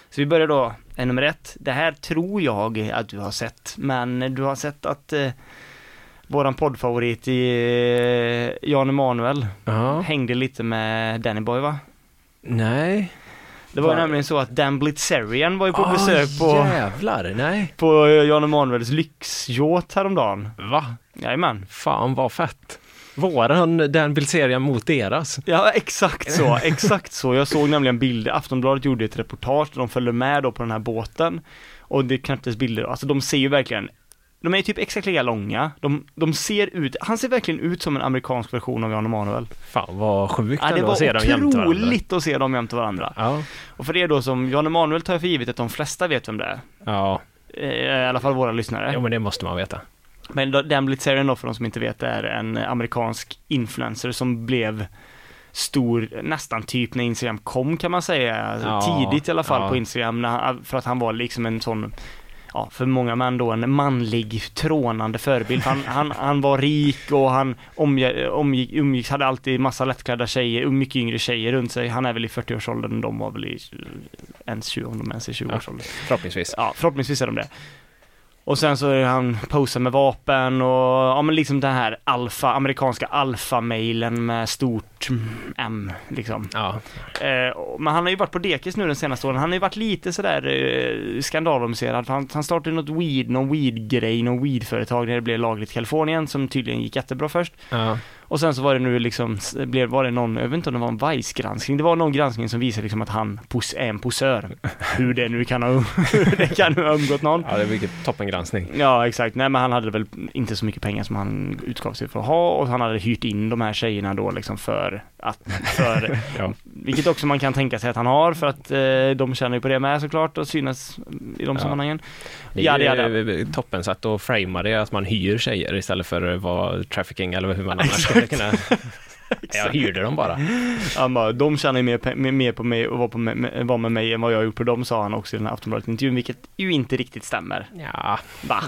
S3: Så vi börjar då eh, nummer ett. Det här tror jag att du har sett men du har sett att eh, våran poddfavorit i eh, Jan Emanuel
S2: ja.
S3: hängde lite med Danny Boy va?
S2: Nej.
S3: Det var ju
S2: Var-
S3: nämligen så att Dan Blitzerian var ju på
S2: Ah,
S3: besök på
S2: jävlar. Nej.
S3: på Jan Emanuels lyxjåt häromdagen.
S2: Va?
S3: Jajamän.
S2: Fan vad fett. Våran den Bilzerian mot deras.
S3: Ja, exakt så, exakt så. Jag såg nämligen bilder, Aftonbladet gjorde ett reportage där de följde med då på den här båten och det knäpptes bilder, alltså de ser ju verkligen de är ju typ exakt lika långa, de, de ser ut, han ser verkligen ut som en amerikansk version av Jan Emanuel.
S2: Fan vad sjukt
S3: Ja, det
S2: ändå
S3: var
S2: att se dem jämte varandra.
S3: otroligt att se dem jämte varandra.
S2: Ja.
S3: Och för det då som, Jan Emanuel tar jag för givet att de flesta vet vem det är.
S2: Ja.
S3: Eh, I alla fall våra lyssnare.
S2: ja, men det måste man veta.
S3: Men då- Dan Blitzerian då, för de som inte vet, är en amerikansk influencer som blev stor, nästan typ när Instagram kom kan man säga, Alltså,
S2: Ja,
S3: tidigt i alla fall
S2: ja.
S3: på Instagram, när han, för att han var liksom en sån Ja, för många män då en manlig trånande förebild. För Han, han, han var rik och han omge- omgick, umgicks, hade alltid massa lättklädda tjejer, och mycket yngre tjejer runt sig. Han är väl i 40-årsåldern, de var väl i eh, ens 20, om de ens är i 20-årsåldern.
S2: Förhoppningsvis.
S3: Ja, förhoppningsvis är de det. Och sen så är han posar med vapen och ja men liksom den här alfa, amerikanska alfa-mailen med stort M liksom.
S2: Ja.
S3: Eh, och- men han har ju varit på dekis nu den senaste åren. Han har ju varit lite sådär eh, skandalomserad. Han, han startade ju något weed, någon weed-grej, någon weed-företag när det blev lagligt i Kalifornien som tydligen gick jättebra först.
S2: ja.
S3: Och sen så var det nu liksom, s- blev, var det någon, jag vet inte om det var en Vice-granskning, det var någon granskning som visade liksom att han pos, är en posör. Hur det nu kan ha, um-, hur det kan ha umgått någon.
S2: Ja, det är mycket toppengranskning.
S3: Ja, exakt. Nej, men han hade väl inte så mycket pengar som han utgav sig för att ha och han hade hyrt in de här tjejerna då liksom för att, för,
S2: Ja.
S3: vilket också man kan tänka sig att han har för att eh, de tjänar ju på det med såklart och synas i de
S2: Ja.
S3: sammanhangen.
S2: Det
S3: Ja,
S2: är
S3: det är
S2: ju toppen sätt att framea det, att man hyr tjejer istället för vad trafficking eller hur man annars skulle kunna Jag hyrde dem bara.
S3: Han bara, de tjänar ju mer, pe- mer- mer på mig och var, på mig, med- var med mig än vad jag har gjort på dem, sa han också i den här Aftonbladet-intervjun, vilket ju inte riktigt stämmer.
S2: Ja,
S3: Va?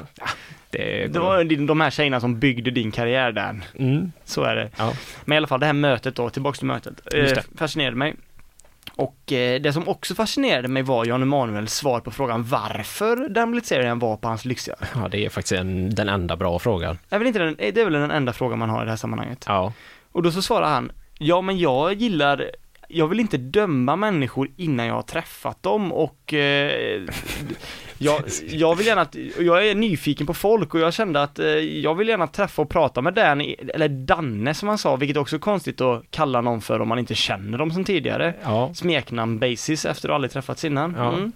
S2: det
S3: Det var ju de här tjejerna som byggde din karriär där.
S2: Mm.
S3: Så är det.
S2: Ja.
S3: Men i alla fall det här mötet då, tillbaks till mötet,
S2: Just
S3: eh,
S2: det.
S3: fascinerade mig. Och eh, det som också fascinerade mig var Jan Emanuels svar på frågan varför den blitzeringen var på hans lyxiga.
S2: ja, det är faktiskt en, den enda bra frågan.
S3: Det är väl inte den, det är väl den enda frågan man har i det här sammanhanget.
S2: Ja,
S3: Och då så svarar han, ja men jag gillar jag vill inte döma människor innan jag har träffat dem och eh, jag, jag vill gärna att, jag är nyfiken på folk och jag kände att eh, jag vill gärna träffa och prata med den, eller Danne som han sa, vilket också är konstigt att kalla någon för om man inte känner dem som tidigare.
S2: ja.
S3: Smeknamn basis efter att ha aldrig träffats innan.
S2: Ja.
S3: Mm.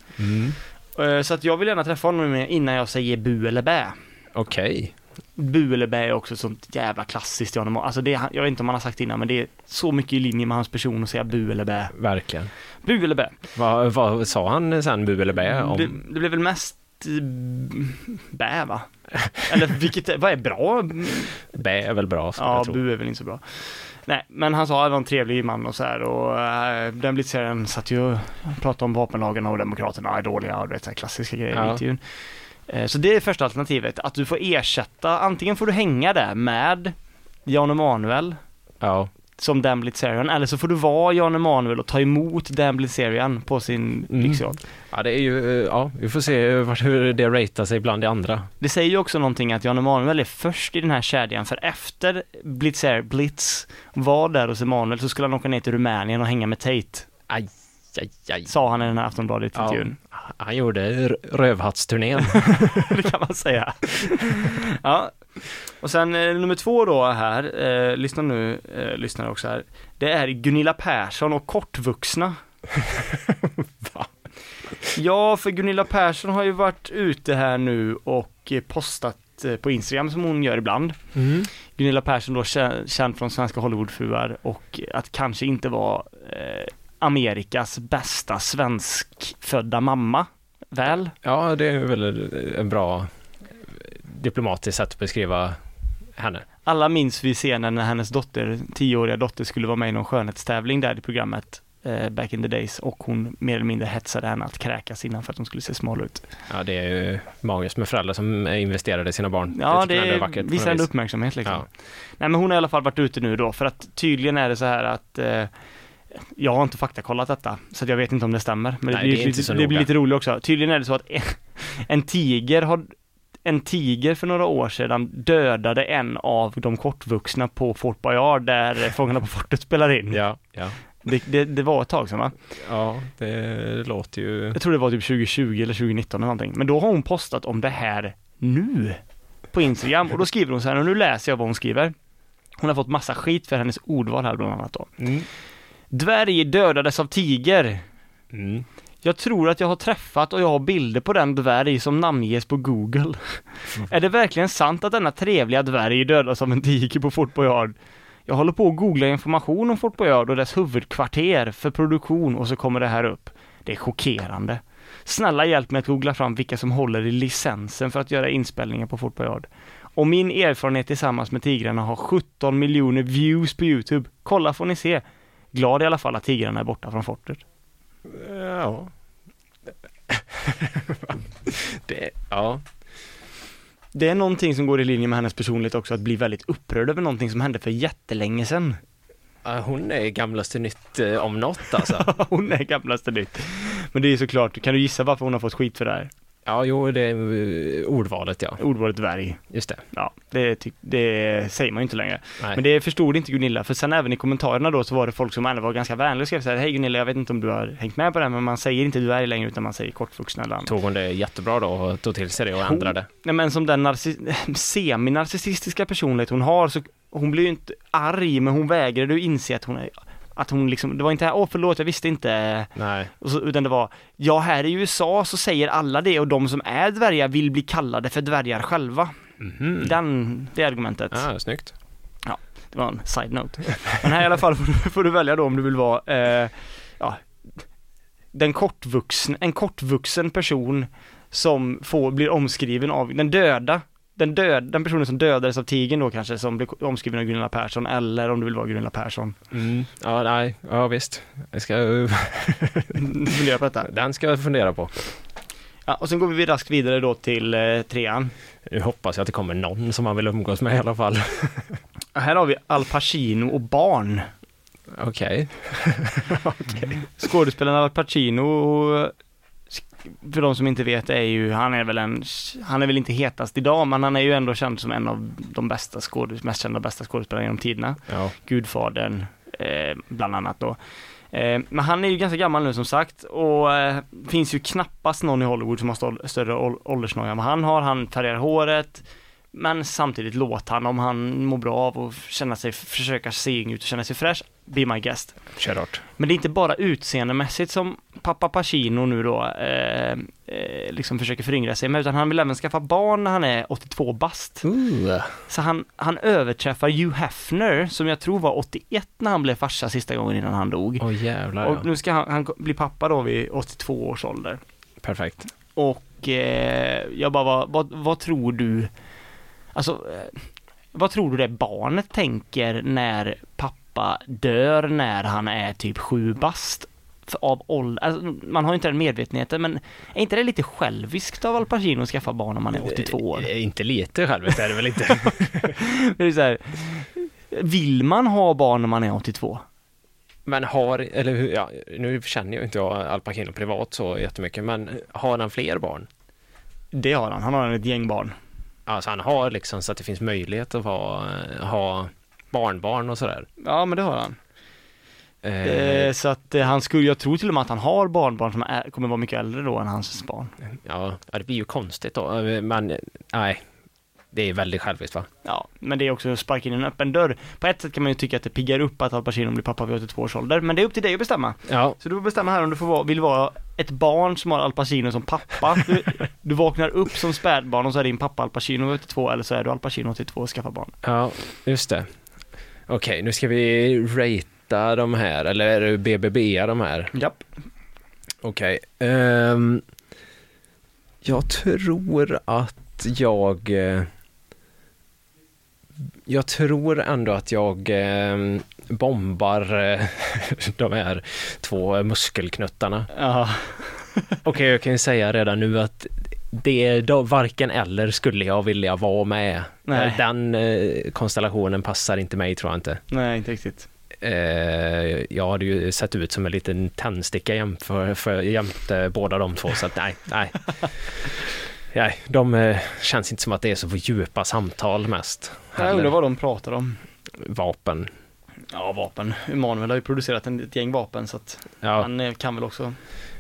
S2: Mm.
S3: Eh, så att jag vill gärna träffa honom innan jag säger bu eller bä.
S2: okej.
S3: Bu eller bä är också ett sånt jävla klassiskt Jan Emanuel. Alltså det, är- jag vet inte om han har sagt det innan men det är så mycket i linje med hans person att säga bu eller bä.
S2: Verkligen.
S3: Bu eller bä.
S2: Vad vad sa han sen, bu eller bä? Om...
S3: Det, det blev väl mest eh, bä va? Eller vilket, är- vad är bra?
S2: Bä är väl bra, ja,
S3: Ja,
S2: jag tror.
S3: bu är väl inte så bra. Nej, men han sa att han var en trevlig man och så här och eh, den blitzaren satt ju och pratade om vapenlagarna och demokraterna är dåliga och du vet så här klassiska grejer
S2: Ja.
S3: i intervjun. Eh, Så det är första alternativet, att du får ersätta, antingen får du hänga där med Jan Emanuel
S2: Ja.
S3: som Dan Blitzerian, eller så får du vara Jan Emanuel och ta emot Dan Blitzerian på sin
S2: Mm.
S3: lyxjakt.
S2: ja, det är ju, eh, ja, vi får se vart- hur det ratar sig bland det andra.
S3: Det säger ju också någonting att Jan Emanuel är först i den här kedjan, för efter Blitzer, Blitz var där hos Emanuel så skulle han åka ner till Rumänien och hänga med Tate,
S2: Aj, aj, aj.
S3: sa han i den här Aftonbladet-intervjun.
S2: Han gjorde r- rövhattsturnén.
S3: det kan man säga. ja. Och sen eh, nummer två då här, eh, lyssna nu, eh, lyssnare också här. Det är Gunilla Persson och kortvuxna.
S2: Va?
S3: Ja, för Gunilla Persson har ju varit ute här nu och eh, postat eh, på Instagram som hon gör ibland.
S2: Mm.
S3: Gunilla Persson då kä- känd från Svenska Hollywoodfruar och att kanske inte vara eh, Amerikas bästa svenskfödda mamma, väl?
S2: Ja, det är väl en bra diplomatiskt sätt att beskriva henne.
S3: Alla minns vi scenen när hennes dotter, tioåriga dotter, skulle vara med i någon skönhetstävling där i programmet eh, back in the days och hon mer eller mindre hetsade henne att kräkas innan för att hon skulle se smal ut.
S2: Ja, det är ju magiskt med föräldrar som investerar i sina barn.
S3: Ja,
S2: tycker
S3: det,
S2: jag ändå på
S3: visar
S2: något
S3: ändå
S2: vis.
S3: uppmärksamhet liksom.
S2: Ja.
S3: Nej men hon har i alla fall varit ute nu då för att tydligen är det så här att eh, jag har inte faktakollat detta, så att jag vet inte om det stämmer. Men
S2: Nej,
S3: det,
S2: det är
S3: blir,
S2: inte så
S3: lite, det blir
S2: noga.
S3: lite roligt också. Tydligen är det så att en, en tiger har en tiger för några år sedan dödade en av de kortvuxna på Fort Boyard där Fångarna på fortet spelar in.
S2: Ja, ja.
S3: Det, det, det var ett tag sedan va?
S2: ja, det låter ju...
S3: Jag tror det var typ 2020 eller 2019 eller någonting. Men då har hon postat om det här nu på Instagram och då skriver hon så här, och nu läser jag vad hon skriver. Hon har fått massa skit för hennes ordval här bland annat då.
S2: Mm.
S3: Dvärg dödades av tiger.
S2: Mm.
S3: Jag tror att jag har träffat och jag har bilder på den dvärg som namnges på Google. Är det verkligen sant att denna trevliga dvärg dödas av en tiger på Fort Boyard? Jag håller på att googla information om Fort Boyard och dess huvudkvarter för produktion och så kommer det här upp. Det är chockerande. Snälla hjälp mig att googla fram vilka som håller i licensen för att göra inspelningar på Fort Boyard. Och min erfarenhet tillsammans med Tigrarna har 17 miljoner views på Youtube. Kolla får ni se. Glad i alla fall att Tigrarna är borta från fortet.
S2: Ja. det, ja.
S3: Det är någonting som går i linje med hennes personlighet också, att bli väldigt upprörd över någonting som hände för jättelänge sedan.
S2: Ja, Hon är gamlaste nytt eh, om något alltså.
S3: Hon är gamlaste nytt. Men det är ju såklart, kan du gissa varför hon har fått skit för det här?
S2: Ja, jo, det är eh, ordvalet ja.
S3: Ordvalet dvärg.
S2: Just det.
S3: Ja, det, ty- det säger man ju inte längre.
S2: Nej.
S3: Men det förstod inte Gunilla, för sen även i kommentarerna då så var det folk som ändå var ganska vänliga och skrev så här, hej Gunilla, jag vet inte om du har hängt med på det här, men man säger inte dvärg längre utan man säger kortvuxna eller annat.
S2: Tog hon det jättebra då och tog till sig det och ändrade?
S3: Nej men som den narci- semi-narcissistiska personlighet hon har så hon blir ju inte arg men hon vägrade ju inse att hon är att hon liksom, det var inte här, åh förlåt jag visste inte,
S2: Nej.
S3: och så, utan det var, ja här i USA så säger alla det och de som är dvärgar vill bli kallade för dvärgar själva.
S2: Mhm.
S3: Den, det argumentet.
S2: Ja, snyggt.
S3: Det var en side-note. Men här i alla fall får du, får du välja då om du vill vara, eh, ja, den kortvuxen, en kortvuxen person som får, blir omskriven av, den döda den, död, den personen som dödades av tigern då kanske, som blev omskriven av Gunilla Persson, eller om du vill vara Gunilla Persson.
S2: Mm. Ja, nej, ja visst. Jag ska,
S3: Fundera på detta.
S2: den ska jag fundera på.
S3: Ja, och sen går vi raskt vidare då till eh, trean.
S2: Nu hoppas jag att det kommer någon som man vill umgås med i alla fall.
S3: Ja, Här har vi Al Pacino och barn.
S2: Okej.
S3: Skådespelaren Al Pacino, för de som inte vet, är ju, han är väl en, han är väl inte hetast idag, men han är ju ändå känd som en av de bästa skådespel, mest kända och bästa skådespelarna genom tiderna.
S2: Ja.
S3: Gudfadern, eh, bland annat då. Eh, men han är ju ganska gammal nu som sagt och eh, finns ju knappast någon i Hollywood som har stå- större ål- åldersnoja än vad han har. Han färgar håret, men samtidigt låt han om han mår bra av och känna sig, försöka se yng ut och känna sig fräsch, be my guest.
S2: Kör hårt.
S3: Men det är inte bara utseendemässigt som pappa Pacino nu då eh, eh, liksom försöker föryngra sig med, utan han vill även skaffa barn när han är 82 bast. Så han, han överträffar Hugh Hefner, som jag tror var 81 när han blev farsa sista gången innan han dog.
S2: Åh jävlar
S3: Och
S2: ja.
S3: nu ska han, han bli pappa då vid 82 års ålder.
S2: Perfekt.
S3: Och eh, jag bara, vad, vad, vad tror du, alltså, eh, vad tror du det barnet tänker när pappa dör när han är typ sju bast? För- Av ålder, alltså, man har ju inte den medvetenheten men är inte det lite själviskt av Al Pacino att skaffa barn om man är 82 år?
S2: Eh, Inte lite själviskt är det väl inte?
S3: Det är så här, vill man ha barn när man är 82?
S2: Men har, eller hur, ja, nu känner jag inte jag Al Pacino privat så jättemycket, men har han fler barn?
S3: Det har han, han har ett gäng barn.
S2: Alltså han har liksom så att det finns möjlighet att ha, ha barnbarn och sådär.
S3: Ja men det har han.
S2: Eh,
S3: Eh, så att eh, han skulle, jag tror till och med att han har barnbarn som är, kommer vara mycket äldre då än hans barn.
S2: ja, ja, det blir ju konstigt då, eh, men eh, nej, det är väldigt själviskt va?
S3: Ja, men det är också att sparka in en öppen dörr. På ett sätt kan man ju tycka att det piggar upp att Al Pacino blir pappa vid 82 års ålder, men det är upp till dig att bestämma.
S2: Ja,
S3: Så du får bestämma här om du får vara, vill vara ett barn som har Al Pacino som pappa. Du, du vaknar upp som spädbarn och så är din pappa Al Pacino 82 eller så är du Al Pacino 82 och skaffar barn.
S2: ja just det. Okej, nu ska vi ratea de här, eller är det BBBa de här?
S3: Japp.
S2: Okej. ehm, jag tror att jag... eh, Jag tror ändå att jag ehm, bombar eh, de här två muskelknuttarna.
S3: Ja.
S2: Okej, jag kan ju säga redan nu att det då, varken eller skulle jag vilja vara med.
S3: Nej.
S2: Den eh, konstellationen passar inte mig tror jag inte.
S3: Nej, inte riktigt.
S2: Eh, jag hade ju sett ut som en liten tändsticka jämför, för, jämte båda de två, så att nej, nej. Nej, de eh, känns inte som att det är så djupa samtal mest.
S3: Jag undrar vad de pratar om.
S2: Vapen.
S3: Ja, vapen. Emanuel har ju producerat en, ett gäng vapen så att
S2: Ja,
S3: han eh, kan väl också.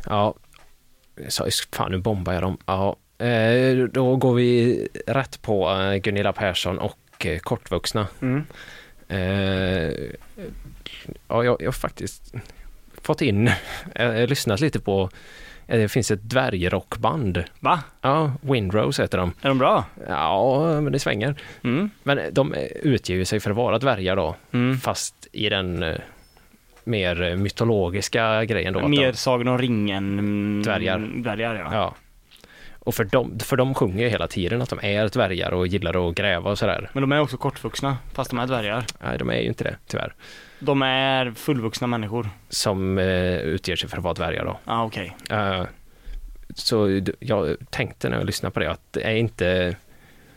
S2: ja. Så, fan, nu bombar jag dem. Ja. Eh, då går vi rätt på eh, Gunilla Persson och eh, kortvuxna.
S3: Mm.
S2: Eh, ja, jag jag har faktiskt fått in, jag har lyssnat lite på, eh, det finns ett dvärgrockband.
S3: Va?
S2: Ja, Windrose heter de.
S3: Är de bra?
S2: Ja, men det svänger.
S3: Mm.
S2: Men de utger ju sig för att vara dvärgar då,
S3: Mm.
S2: fast i den eh, mer mytologiska grejen då. att
S3: Mer
S2: De,
S3: Sagan om ringen. mm,
S2: Dvärgar.
S3: Dvärgar ja.
S2: ja. Och för de, för de sjunger ju hela tiden att de är dvärgar och gillar att gräva och sådär.
S3: Men de är också kortvuxna, fast de är dvärgar.
S2: Nej, de är ju inte det, tyvärr.
S3: De är fullvuxna människor.
S2: Som eh, utger sig för att vara dvärgar då.
S3: Ja, ah, okej.
S2: Eh, så d- jag tänkte när jag lyssnade på det att det är inte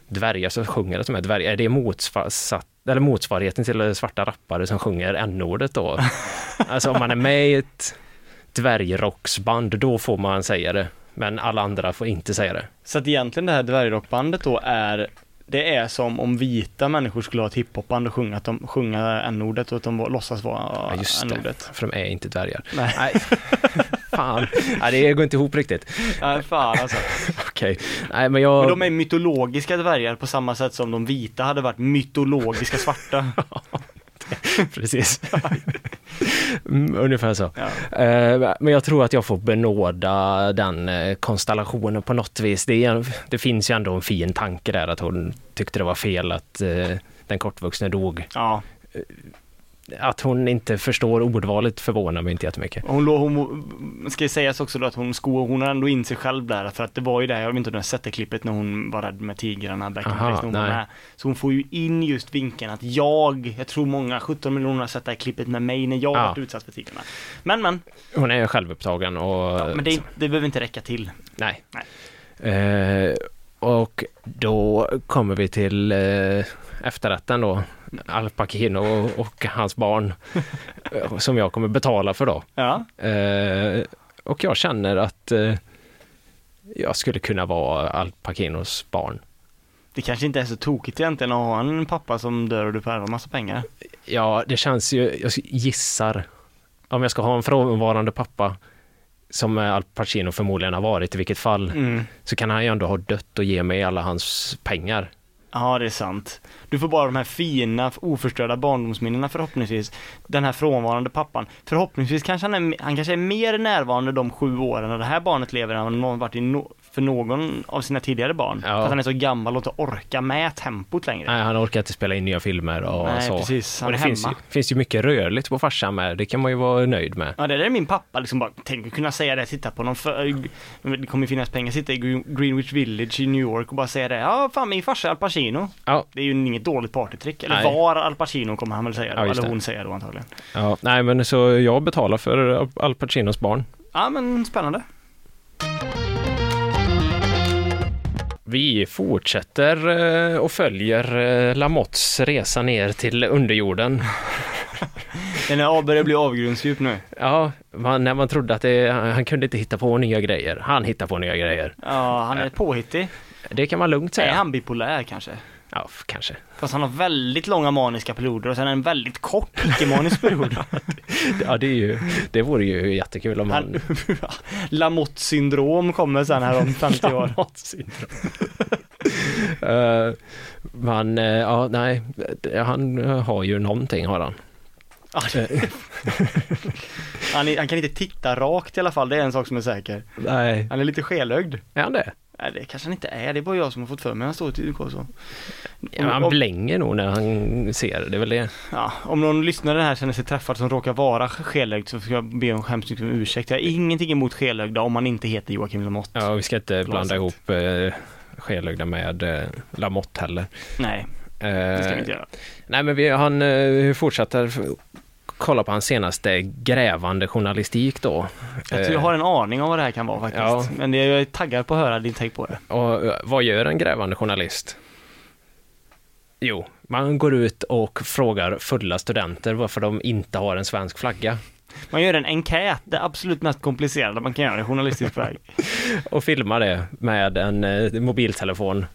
S2: dvärgar som sjunger att de är dvärgar, är det motsva- eller motsvarigheten till svarta rappare som sjunger n-ordet då? alltså om man är med i ett dvärgrocksband, då får man säga det. Men alla andra får inte säga det.
S3: Så att egentligen det här dvärgrockbandet då är det är som om vita människor skulle ha ett hiphopband och sjunga, att de, sjunga n-ordet och att de var- låtsas vara
S2: Ja, just det.
S3: n-ordet.
S2: För de är inte dvärgar.
S3: Nej.
S2: Nej. Fan, Nej, det går inte ihop riktigt.
S3: Nej, fan alltså.
S2: Okej. Nej, men jag...
S3: Men de är mytologiska dvärgar på samma sätt som de vita hade varit mytologiska svarta.
S2: Precis. Mm, Ungefär så.
S3: Ja.
S2: Eh, Men jag tror att jag får benåda den eh, konstellationen på något vis. Det, är, det finns ju ändå en fin tanke där att hon tyckte det var fel att eh, den kortvuxne dog.
S3: Ja,
S2: att hon inte förstår ordvalet förvånar mig inte jättemycket.
S3: Hon, låg, hon ska ju sägas också då att hon sko, hon har ändå in sig själv där för att det var ju där, jag vet inte om du har sett det klippet när hon var rädd med tigrarna back in
S2: Aha,
S3: days, när hon var
S2: nej.
S3: med. Så hon får ju in just vinkeln att jag, jag tror många 17 miljoner har sett det här klippet med mig när jag
S2: Ja.
S3: varit utsatt för tigrarna. Men men,
S2: Hon är självupptagen och...
S3: ja, men det, det behöver inte räcka till.
S2: Nej. Eh, och då kommer vi till eh, efterrätten då. Al Pacino och, och hans barn. eh, som jag kommer betala för då.
S3: Ja,
S2: Eh, och jag känner att eh, jag skulle kunna vara Al Pacinos barn.
S3: det kanske inte är så tokigt egentligen att ha en pappa som dör och du får ärva massa pengar.
S2: Ja, det känns ju, jag gissar, om jag ska ha en frånvarande pappa som eh, Al Pacino förmodligen har varit i vilket fall,
S3: Mm.
S2: så kan han ju ändå ha dött och ge mig alla hans pengar.
S3: Ja, det är sant. Du får bara de här fina, oförstörda barndomsminnena förhoppningsvis. Den här frånvarande pappan. Förhoppningsvis kanske han är, han kanske är mer närvarande de sju åren när det här barnet lever än han någon varit i no, för någon av sina tidigare barn.
S2: Ja.
S3: För att han är så gammal och inte orkar med tempot längre.
S2: Nej, han orkar inte spela in nya filmer och
S3: Nej,
S2: så.
S3: precis. Han
S2: och det
S3: är
S2: finns ju,
S3: hemma.
S2: finns ju mycket rörligt på farsan med, det kan man ju vara nöjd med.
S3: Ja, det där är min pappa liksom bara, tänk att kunna säga det, titta på någon för, det kommer ju finnas pengar, sitta i Gre- Greenwich Village i New York och bara säga det, ja fan min farsa är Al Pacino.
S2: Ja,
S3: Det är ju inget dåligt partytrick, eller
S2: Nej.
S3: var Al Pacino kommer han väl säga då,
S2: Ja, just
S3: eller
S2: det.
S3: hon säger då antagligen.
S2: ja, nej men så jag betalar för Al Pacinos barn.
S3: Ja men spännande.
S2: Vi fortsätter eh, och följer eh, Lamotts resa ner till underjorden.
S3: Den här börjar bli avgrundsdjup nu.
S2: Ja, man, när man trodde att det, han, han kunde inte hitta på nya grejer. Han hittar på nya grejer.
S3: Ja, han är påhittig.
S2: Det kan man lugnt säga.
S3: Är han bipolär kanske?
S2: Ja, f- kanske.
S3: Fast han har väldigt långa maniska perioder och sen en väldigt kort icke-manisk period.
S2: Ja, det, är ju, det vore ju jättekul om
S3: Han-
S2: han...
S3: Lamotte syndrom kommer sen här om 50 år.
S2: Lamott-syndrom. Eh, men, eh, ja, nej, det- han eh, har ju någonting har han.
S3: Ja, det- han, är, han kan inte titta rakt i alla fall, det är en sak som är säker.
S2: Nej.
S3: Han är lite skelögd.
S2: Är han det?
S3: Nej, det kanske han inte är, det är bara jag som har fått för mig han står till UK så.
S2: Ja, han blänger nog när han ser det, det är väl det.
S3: Ja, om någon lyssnare här känner sig träffad som råkar vara skelögd så ska jag be om skämsligt om ursäkt. Jag har ingenting emot skelögda om man inte heter Joakim Lamotte.
S2: Ja, vi ska inte blanda
S3: sagt.
S2: ihop eh, Skelögda med eh, Lamotte heller. Eh,
S3: Nej, det ska vi inte göra.
S2: Nej, men vi, han eh, fortsätter f- kolla på hans senaste grävande journalistik då.
S3: Jag tror jag har en aning om vad det här kan vara faktiskt.
S2: eh. Ja.
S3: Men det är, jag är taggad på att höra din take på det.
S2: Eh, och, eh, vad gör en grävande journalist? Jo, man går ut och frågar fulla studenter varför de inte har en svensk flagga.
S3: Man gör en enkät, det absolut mest komplicerade man kan göra i journalistisk väg.
S2: Och filmar det med en eh, mobiltelefon.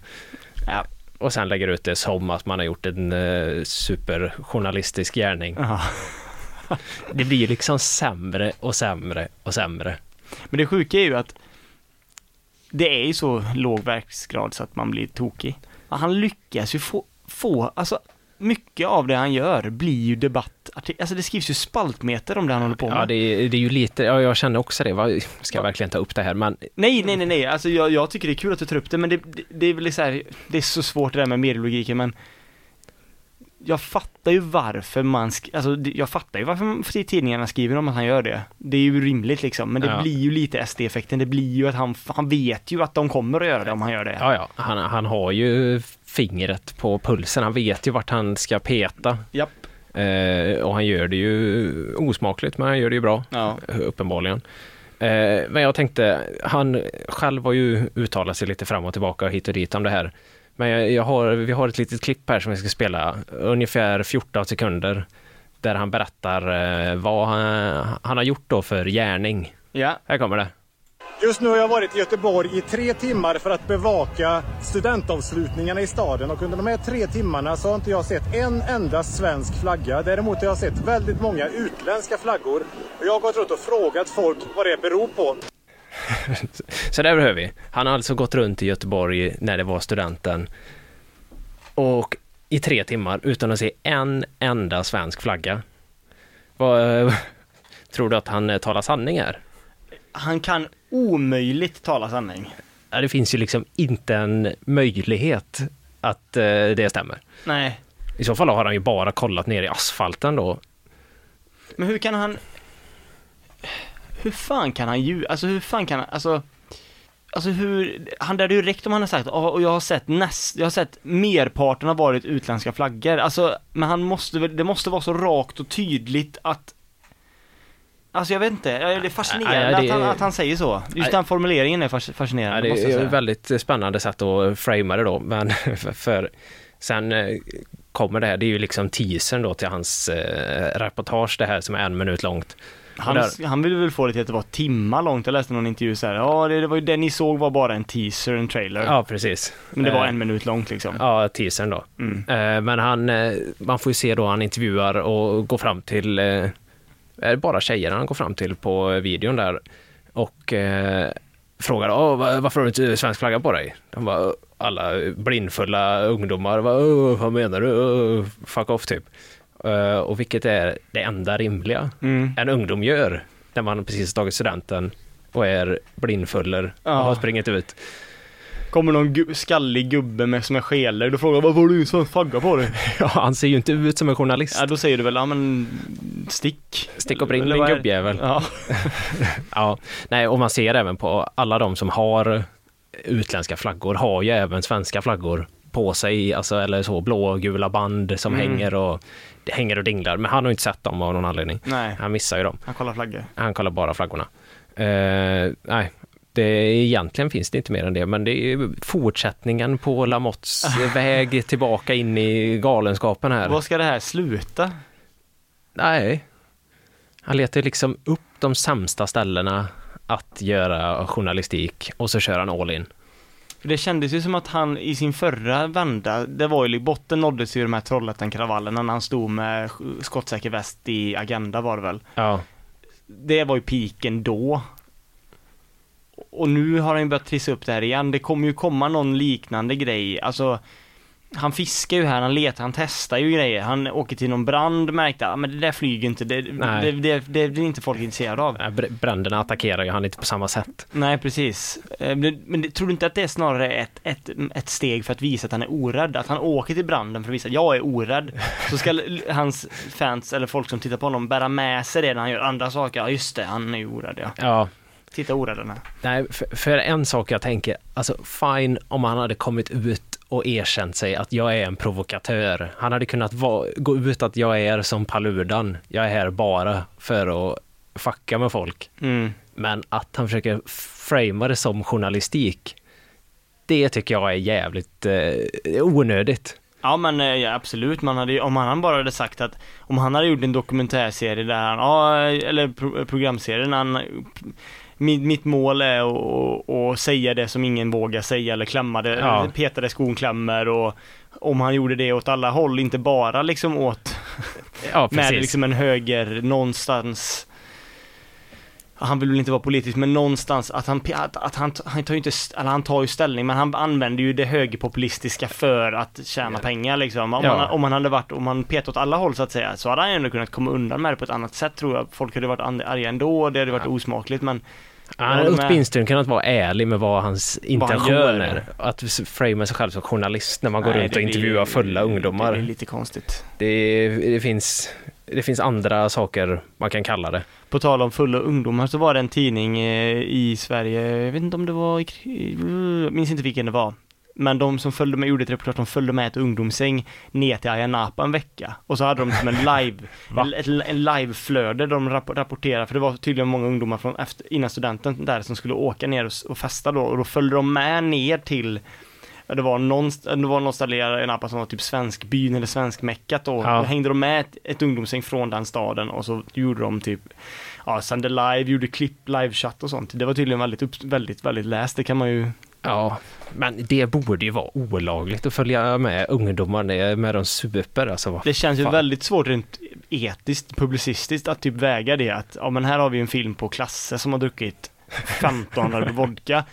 S3: Ja.
S2: Och sen lägger ut det som att man har gjort en eh, superjournalistisk gärning.
S3: Ja.
S2: Det blir ju liksom sämre och sämre och sämre.
S3: Men det sjuka är ju att det är ju så låg verksgrad så att man blir tokig. Ja, Han lyckas ju få, få, alltså mycket av det han gör blir ju debatt, alltså det skrivs ju spaltmeter om det han håller på med.
S2: Ja, det är, det är ju lite, ja, jag känner också det. Va, Ska jag verkligen ta upp det här? Men
S3: Nej, nej, nej, nej, alltså jag, jag tycker det är kul att du tar upp det, men det, det, det är väl så här, det är så svårt det där med medielogiken, men jag fattar ju varför man, sk- alltså det- jag fattar ju varför tidningarna skriver om att han gör det. Det är ju rimligt liksom, men det
S2: Ja.
S3: blir ju lite SD-effekten, det blir ju att han, han vet ju att de kommer att göra det om han gör det.
S2: ja, ja, han, han har ju fingret på pulsen. Han vet ju vart han ska peta.
S3: Japp.
S2: Eh, och han gör det ju osmakligt, men han gör det ju bra,
S3: Ja.
S2: uppenbarligen. Eh, men jag tänkte, han själv har ju uttalat sig lite fram och tillbaka och hit och dit om det här. Men jag, jag har, vi har ett litet klipp här som vi ska spela, ungefär 14 sekunder, där han berättar eh, vad han, han har gjort då för gärning.
S3: Ja.
S2: Här kommer det.
S5: Just nu har jag varit i Göteborg i tre timmar för att bevaka studentavslutningarna i staden och under de här tre timmarna så har inte jag sett en enda svensk flagga. Däremot har jag sett väldigt många utländska flaggor och jag har gått runt och frågat folk vad det beror på.
S2: Så där hör vi. Han har alltså gått runt i Göteborg när det var studenten och i tre timmar utan att se en enda svensk flagga. Vad, tror du att han eh, talar sanning här?
S3: Han kan omöjligt tala sanning.
S2: Ja, Det finns ju liksom inte en möjlighet att eh, det stämmer.
S3: Nej.
S2: I så fall har han ju bara kollat ner i asfalten då
S3: Men hur kan han... Hur fan kan han ljuga? Alltså hur fan kan han, alltså... Alltså hur, han det hade ju räckt om han hade sagt "Ja, och jag har sett näst, jag har sett merparten har varit utländska flaggor. Alltså, men han måste väl, det måste vara så rakt och tydligt att Alltså jag vet inte, Ja, det är fascinerande
S2: Nej, det-
S3: att, han, att han säger så. Just
S2: Nej.
S3: den formuleringen är fas- fascinerande,
S2: Ja, det
S3: måste jag
S2: är
S3: säga.
S2: ett väldigt spännande sätt att framea det då, men för, för sen eh, kommer det här, det är ju liksom teasern då till hans eh, reportage det här som är en minut långt.
S3: Han,
S2: Där.
S3: han ville väl få det till att det var timmar långt, jag läste någon intervju såhär, ja det, det var ju det ni såg var bara en teaser, en trailer.
S2: Ja, precis.
S3: Men det var
S2: Eh,
S3: en minut långt liksom.
S2: Ja, teasern då.
S3: Mm.
S2: Eh, Men han, eh, man får ju se då han intervjuar och går fram till, eh, är det bara tjejer han går fram till på eh, videon där och eh, frågar "Åh, va- varför har du inte svensk flagga på dig? De bara, "Åh, alla blindfulla ungdomar, bara, "Åh, vad menar du? Åh, Fuck off typ. Eh, Och vilket är det enda rimliga
S3: Mm.
S2: en ungdom gör när man precis tagit studenten och är blindfuller och
S3: Ja.
S2: har springit ut.
S3: Kommer någon gu- skallig gubbe med som är skeler, då frågar jag, varför har du en sån flagga på dig?
S2: Ja, han ser ju inte ut som en journalist.
S3: ja då säger du väl, ja men stick.
S2: Stick och brinn
S3: Eller
S2: din
S3: vad är-
S2: gubbjävel.
S3: Ja.
S2: Ja, nej, och man ser även på alla de som har utländska flaggor har ju även svenska flaggor på sig, alltså, eller så blågula band som
S3: Mm.
S2: hänger, och, det hänger och dinglar. Men han har ju inte sett dem av någon anledning.
S3: Nej,
S2: Han missar ju dem.
S3: han kollar flaggor.
S2: Han kollar bara flaggorna. Eh, nej, det, egentligen finns det inte mer än det, men det är ju fortsättningen på Lamotts väg tillbaka in i galenskapen här.
S3: Vad ska det här sluta?
S2: Nej. Han letar liksom upp de sämsta ställena att göra journalistik och så kör han all in.
S3: För det kändes ju som att han i sin förra vända, det var ju, botten nåddes ju i de här Trollhättan-kravallerna när han stod med sk- skottsäker väst i Agenda var det väl.
S2: Ja.
S3: det var ju piken då. Och nu har han ju börjat trissa upp det här igen. Det kommer ju komma någon liknande grej. Alltså, han fiskar ju här, han letar, han testar ju grejer. Han åker till någon brand, märkte ah, men det där flyger inte, det,
S2: Nej.
S3: det, det, det blir inte folk intresserade av.
S2: Äh, Bränderna attackerar ju han inte på samma sätt.
S3: Nej, precis. Eh, Men, men det- tror du inte att det är snarare ett, ett, ett steg för att visa att han är orädd? Att han åker till branden för att visa att jag är orädd. Så ska l- hans fans, eller folk som tittar på honom, bära med sig det när han gör andra saker. Ja, just det, han är ju orädd ja.
S2: Ja.
S3: Titta oräddarna.
S2: Nej, för, för en sak jag tänker, alltså fine om han hade kommit ut och erkänt sig att jag är en provokatör. Han hade kunnat va- gå ut att jag är som Paludan. Jag är här bara för att fucka med folk.
S3: Mm.
S2: Men att han försöker framea det som journalistik, det tycker jag är jävligt eh, onödigt.
S3: Ja men eh, ja, absolut, man hade, ju- om han bara hade sagt att Om han hade gjort en dokumentärserie där han, ja, eh, eller pro, programserie när han eh, mitt, mitt mål är att- att, att säga det som ingen vågar säga eller klämma det,
S2: Ja.
S3: eller peta där skon klämmer och Om han gjorde det åt alla håll, inte bara liksom åt
S2: Ja,
S3: med liksom en höger någonstans han vill väl inte vara politisk men någonstans att han, att, att han, han tar ju inte, st- eller han tar ju ställning men han använder ju det högerpopulistiska för att tjäna pengar liksom. Om,
S2: Ja.
S3: han, om han hade varit, om han petat åt alla håll så att säga så hade han ju ändå kunnat komma undan med det på ett annat sätt tror jag. Folk hade varit an- arga ändå och det hade varit osmakligt men
S2: Han hade
S3: Jag håller med.
S2: åtminstone kunnat vara ärlig med vad hans intention
S3: gör.
S2: är. Att s- framea sig själv som journalist när man går
S3: Nej,
S2: runt
S3: det
S2: och
S3: blir-
S2: intervjuar fulla ungdomar.
S3: Det är
S2: Det,
S3: lite konstigt.
S2: det, finns, det finns andra saker man kan kalla det.
S3: På tal om fulla ungdomar så var det en tidning eh, i Sverige, jag vet inte om det var i, kri- jag minns inte vilken det var. Men de som följde med, gjorde ett reportage, de följde med ett ungdomssäng ner till Ayia Napa en vecka. Och så hade de som en live, en, ett- en liveflöde de rapp- rapporterade, för det var tydligen många ungdomar från efter, innan studenten där som skulle åka ner och, s- och festa då. Och då följde de med ner till ja, det var någon, st- det var någon ställe i Ayia Napa som var typ svenskbyn eller svenskmäckat då.
S2: Ja.
S3: Då hängde de med ett, ett ungdomssäng från den staden och så gjorde de typ ja, sände live, gjorde klipp, livechatt och sånt. Det var tydligen väldigt, upp, väldigt, väldigt läst. Det kan man ju...
S2: Ja, men det borde ju vara olagligt att följa med ungdomar när när de super. Alltså, vad
S3: Det känns ju
S2: fan.
S3: väldigt svårt rent etiskt, publicistiskt att typ väga det att, ja men här har vi en film på klasser som har druckit 15 öl vodka.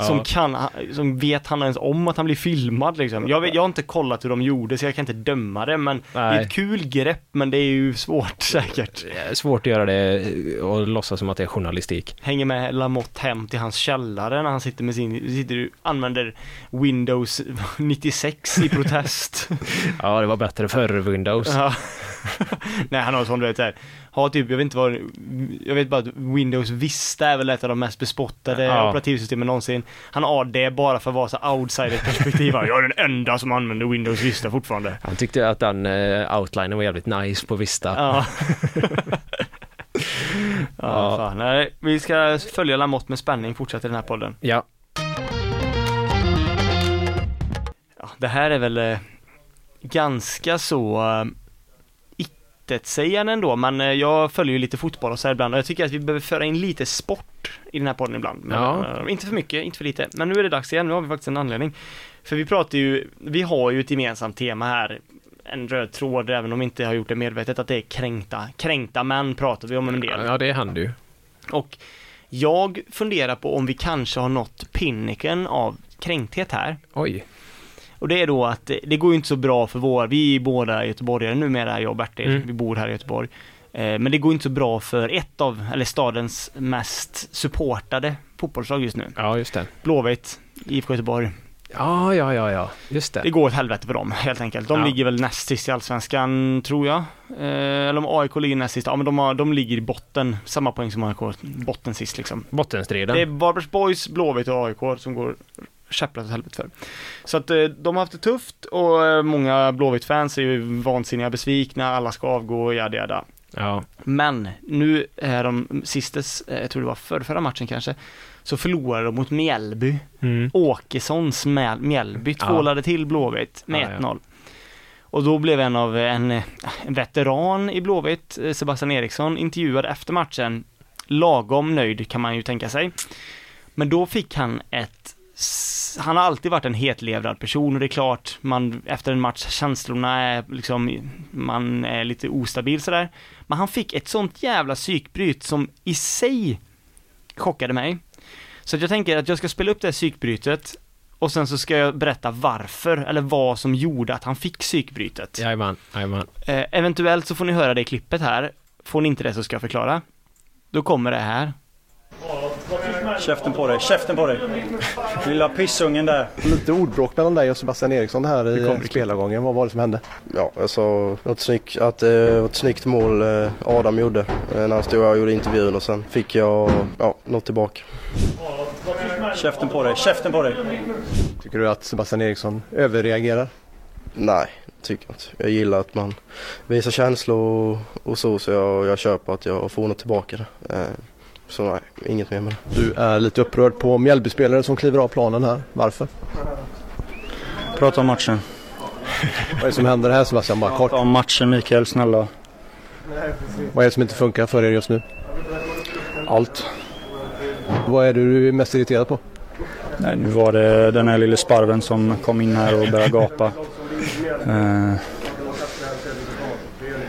S3: Som kan, som vet han ens om att han blir filmad liksom. Jag, vet, jag har inte kollat hur de gjorde så jag kan inte döma det men det är
S2: Nej.
S3: ett kul grepp men det är ju svårt säkert.
S2: Det är svårt att göra det och låtsas som att det är journalistik.
S3: hänger med Lamotte hem till hans källare när han sitter med sin, sitter, använder Windows 96 i protest.
S2: Ja, det var bättre förr, Windows.
S3: ja. Nej han har sån du vet såhär, har typ, jag vet inte vad, jag vet bara att Windows Vista är väl ett av de mest bespottade
S2: Ja.
S3: operativsystemen någonsin. Han har det bara för att vara så outsider-perspektiv. Han, jag är den enda som använder Windows Vista fortfarande.
S2: Han tyckte att den eh, outlinen var jävligt nice på Vista.
S3: Ja. ja, fan. Nej, vi ska följa Lamotte med spänning fortsatt i den här podden.
S2: Ja,
S3: Ja, det här är väl eh, ganska så eh, intetsägande ändå, men eh, jag följer ju lite fotboll och så här ibland och jag tycker att vi behöver föra in lite sport i den här podden ibland. Men,
S2: Ja.
S3: eh, inte för mycket, inte för lite, men nu är det dags igen, nu har vi faktiskt en anledning. För vi pratar ju, vi har ju ett gemensamt tema här, en röd tråd, även om vi inte har gjort det medvetet, att det är kränkta, kränkta män pratar vi om en del.
S2: ja det hände ju.
S3: Och jag funderar på om vi kanske har nått pinneken av kränkthet här.
S2: Oj.
S3: Och det är då att det, det går ju inte så bra för vår, vi är båda göteborgare numera, jag och Bertil,
S2: Mm.
S3: vi bor här i Göteborg. Eh, men det går inte så bra för ett av, eller stadens mest supportade fotbollslag just nu.
S2: Ja, just det.
S3: Blåvitt, IFK Göteborg.
S2: Ja, ja, ja, ja. Just
S3: Det
S2: det.
S3: går åt helvete för dem helt enkelt. De
S2: Ja.
S3: ligger väl näst sist i Allsvenskan, tror jag. Eh, eller om AIK ligger näst sist, ja men de, har, de ligger i botten, samma poäng som AIK, botten sist liksom.
S2: Bottenstriden.
S3: Det är Varbergsboys, Blåvitt och AIK som går käpprätt åt helvete för. Så att eh, de har haft det tufft och eh, många Blåvitt-fans är ju vansinniga besvikna, alla ska avgå och jada jada.
S2: Ja.
S3: Men nu är de sistes, eh, jag tror det var förra, förra matchen kanske, så förlorade de mot Mjällby.
S2: Mm.
S3: Åkessons Mjäl- Mjällby
S2: Ja.
S3: tvålade till Blåvitt med
S2: Ja, ja.
S3: 1-0. Och då blev en av eh, en, eh, en veteran i Blåvitt, eh, Sebastian Eriksson, intervjuad efter matchen. Lagom nöjd kan man ju tänka sig. Men då fick han ett s- han har alltid varit en hetlevrad person och det är klart, man, efter en match, känslorna är liksom, man är lite ostabil sådär. Men han fick ett sånt jävla psykbryt som i sig chockade mig. Så att jag tänker att jag ska spela upp det här psykbrytet och sen så ska jag berätta varför, eller vad som gjorde att han fick psykbrytet.
S2: Jajamän, jajamän.
S3: Eh, eventuellt så får ni höra det i klippet här. Får ni inte det så ska jag förklara. Då kommer det här.
S6: Käften på dig, käften på dig. Lilla pissungen där.
S7: Lite ordbråk mellan dig och Sebastian Eriksson här i spelargången. Vad var det som hände?
S8: Ja, jag sa något snyggt, att, eh, ett snyggt mål eh, Adam gjorde eh, när han stod här och gjorde intervjun och sen fick jag ja, något tillbaka.
S6: Käften på dig, käften på dig.
S7: Tycker du att Sebastian Eriksson överreagerar?
S8: Nej, tycker jag inte. Jag gillar att man visar känslor och, och så, så jag, jag köper att jag får något tillbaka. där. Eh, så nej, inget mer med det.
S7: Du är lite upprörd på Mjällbyspelare som kliver av planen här. Varför?
S6: Prata om matchen.
S7: Vad är det som händer här Sebastian? Bara kort.
S6: Prata om matchen Mikael, snälla.
S7: Vad är det som inte funkar för er just nu?
S6: Allt.
S7: Vad är det du är mest irriterad på?
S6: Nej, nu var det den här lille sparven som kom in här och började gapa. Eh,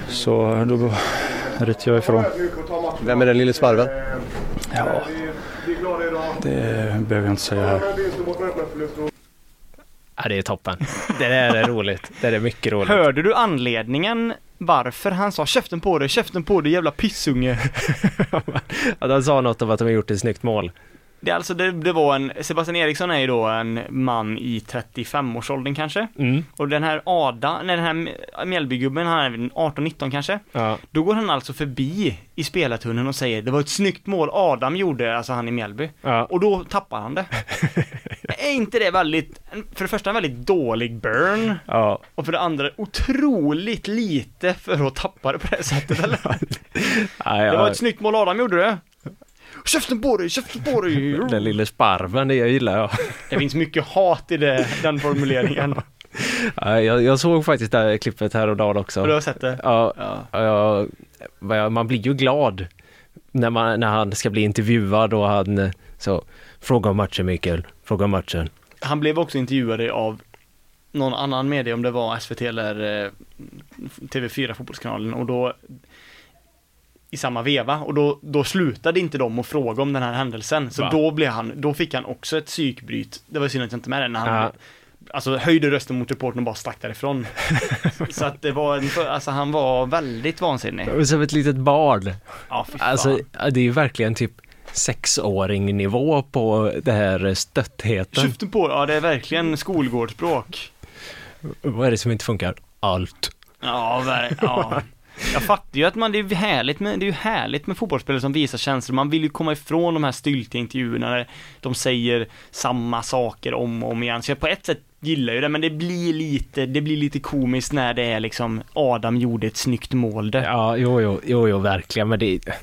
S6: Så då ryckte jag ifrån.
S7: Vem är den lille sparven?
S6: Ja, det behöver jag inte säga här.
S2: Ja, det är toppen. Det där är roligt. Det där är mycket roligt.
S3: Hörde du anledningen varför han sa käften på dig, käften på dig jävla pissunge?
S2: Att han sa något om att de har gjort ett snyggt mål.
S3: Det, är alltså, det, det var en, Sebastian Eriksson är ju då en man i 35-årsåldern kanske.
S2: Mm.
S3: Och den här Ada, nej den här Mjällbygubben, han är väl 18-19 kanske.
S2: Ja.
S3: Då går han alltså förbi i spelartunneln och säger det var ett snyggt mål Adam gjorde, alltså han i Mjällby.
S2: Ja.
S3: Och då tappar han det. är inte det väldigt, för det första en väldigt dålig burn
S2: Ja.
S3: och för det andra otroligt lite för att tappa det på det här sättet eller?
S2: Ja, ja.
S3: Det var ett snyggt mål Adam gjorde det. Käften på dig, käften på dig!
S2: Den lille sparven, det jag gillar jag.
S3: Det finns mycket hat i det, den formuleringen.
S2: Ja, jag. Jag såg faktiskt det här klippet häromdagen också.
S3: Har du sett det?
S2: Ja,
S3: Ja.
S2: ja. vad jag- man blir ju glad när, man, när han ska bli intervjuad och han eh, så, fråga om matchen Mikael, fråga om matchen.
S3: Han blev också intervjuad av någon annan media, om det var SVT eller eh, TV4 Fotbollskanalen och då i samma veva och då, då slutade inte de att fråga om den här händelsen. Så
S2: Va?
S3: då blev han, då fick han också ett psykbryt. Det var synd att jag inte med den när han
S2: Ja.
S3: Alltså höjde rösten mot reportern och bara stack därifrån. så att det var, en, alltså han var väldigt vansinnig.
S2: Som ett litet barn.
S3: Ja, fy fan.
S2: Alltså det är ju verkligen typ sexåring nivå på det här stöttheten.
S3: Käften på ja det är verkligen skolgårdsspråk.
S2: Vad är det som inte funkar? Allt.
S3: Ja, ver- ja. Jag fattar ju att man, det är ju härligt med, det är ju härligt med fotbollsspelare som visar känslor. Man vill ju komma ifrån de här styltiga intervjuerna där de säger samma saker om och om igen. Så jag på ett sätt gillar ju det, men det blir lite, det blir lite komiskt när det är liksom Adam gjorde ett snyggt mål där.
S2: Ja, jo, jo, jo, jo verkligen. Men det är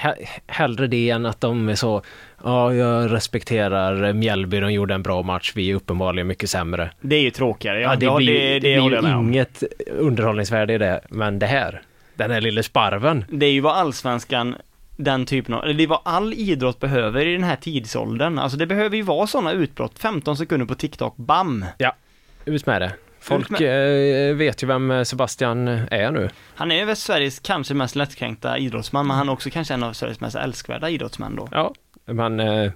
S2: he- hellre det än att de är så, ja, jag respekterar Mjällby, de gjorde en bra match, vi är uppenbarligen mycket sämre.
S3: Det är ju tråkigare.
S2: Ja, det, blir,
S3: det,
S2: det,
S3: håller
S2: blir
S3: jag med
S2: ju
S3: om.
S2: inget underhållningsvärde i det, men det här, den här lille sparven.
S3: Det är ju vad allsvenskan, den typen av, eller det är vad all idrott behöver i den här tidsåldern. Alltså det behöver ju vara sådana utbrott. 15 sekunder på TikTok, bam!
S2: Ut med det. Folk
S3: Ut
S2: Eh, vet ju vem Sebastian är nu.
S3: Han är väl Sveriges kanske mest lättkränkta idrottsman, men han är också kanske en av Sveriges mest älskvärda idrottsmän då.
S2: Ja, men eh,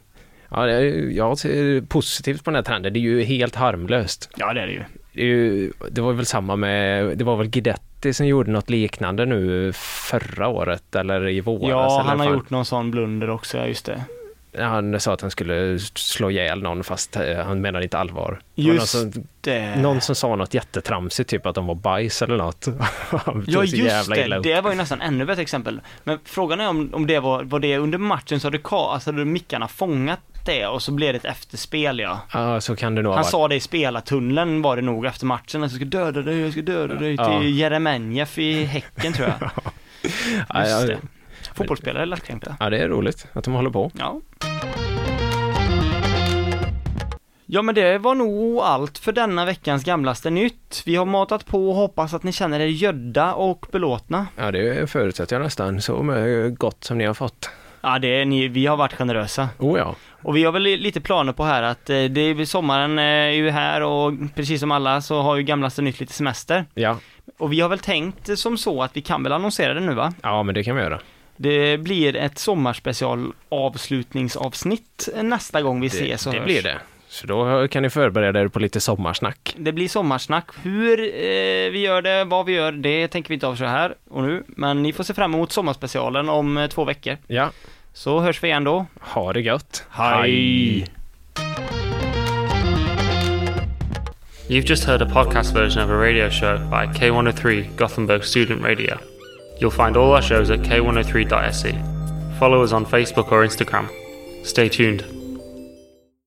S2: ja, det är- jag ser positivt på den här trenden. Det är ju helt harmlöst.
S3: Ja, det är det ju.
S2: Det, är ju, det var väl samma med, det var väl Guidetti som gjorde något liknande nu förra året eller alltså, i våras.
S3: Ja,
S2: eller
S3: han har
S2: fan.
S3: gjort någon sån blunder också, ja just det.
S2: Han sa att han skulle slå ihjäl någon fast eh, han menade inte allvar. Det var
S3: Just
S2: någon, som,
S3: det.
S2: någon som sa något jättetramsigt, typ att de var bajs eller något. Han tog
S3: Ja
S2: så
S3: just
S2: jävla illa
S3: det,
S2: upp.
S3: det var ju nästan ännu bättre exempel. Men frågan är om, om det var, var det under matchen så hade, ka, alltså hade mickarna fångat det och så blev det ett efterspel ja.
S2: Ja, så kan det nog ha
S3: Han
S2: varit.
S3: sa det i spelartunneln var det nog efter matchen, att jag ska döda dig, jag ska döda dig
S2: Ja.
S3: till Jeremenjeff i Häcken tror jag.
S2: Ja,
S3: Just
S2: ja,
S3: det. Fotbollsspelare är lättkränkta.
S2: Ja, det är roligt att de håller på.
S3: Ja. Ja men det var nog allt för denna veckans gamlaste nytt. Vi har matat på och hoppas att ni känner er gödda och belåtna.
S2: Ja, det förutsätter jag nästan. Så med gott som ni har fått.
S3: Ja det är ni, vi har varit generösa.
S2: Oh ja.
S3: Och vi har väl lite planer på här att eh, det är, väl- sommaren eh, är ju här och precis som alla så har ju gamlaste nytt lite semester.
S2: ja.
S3: Och vi har väl tänkt eh, som så att vi kan väl annonsera det nu va?
S2: Ja, men det kan vi göra.
S3: Det blir ett sommarspecial avslutningsavsnitt eh, nästa gång vi ses och
S2: det
S3: hörs.
S2: blir det. Så då kan ni förbereda er på lite sommarsnack.
S3: Det blir sommarsnack. Hur eh, vi gör det, vad vi gör, det tänker vi inte av så här och nu. Men ni får se fram emot sommarspecialen om eh, två veckor.
S2: Ja.
S3: Så hörs vi igen då.
S2: Ha det gött.
S3: Hej.
S1: You've just heard a podcast version of a radio show by K103 Gothenburg Student Radio. You'll find oh E. all our shows at k103.se. Follow us on Facebook or Instagram. Stay tuned.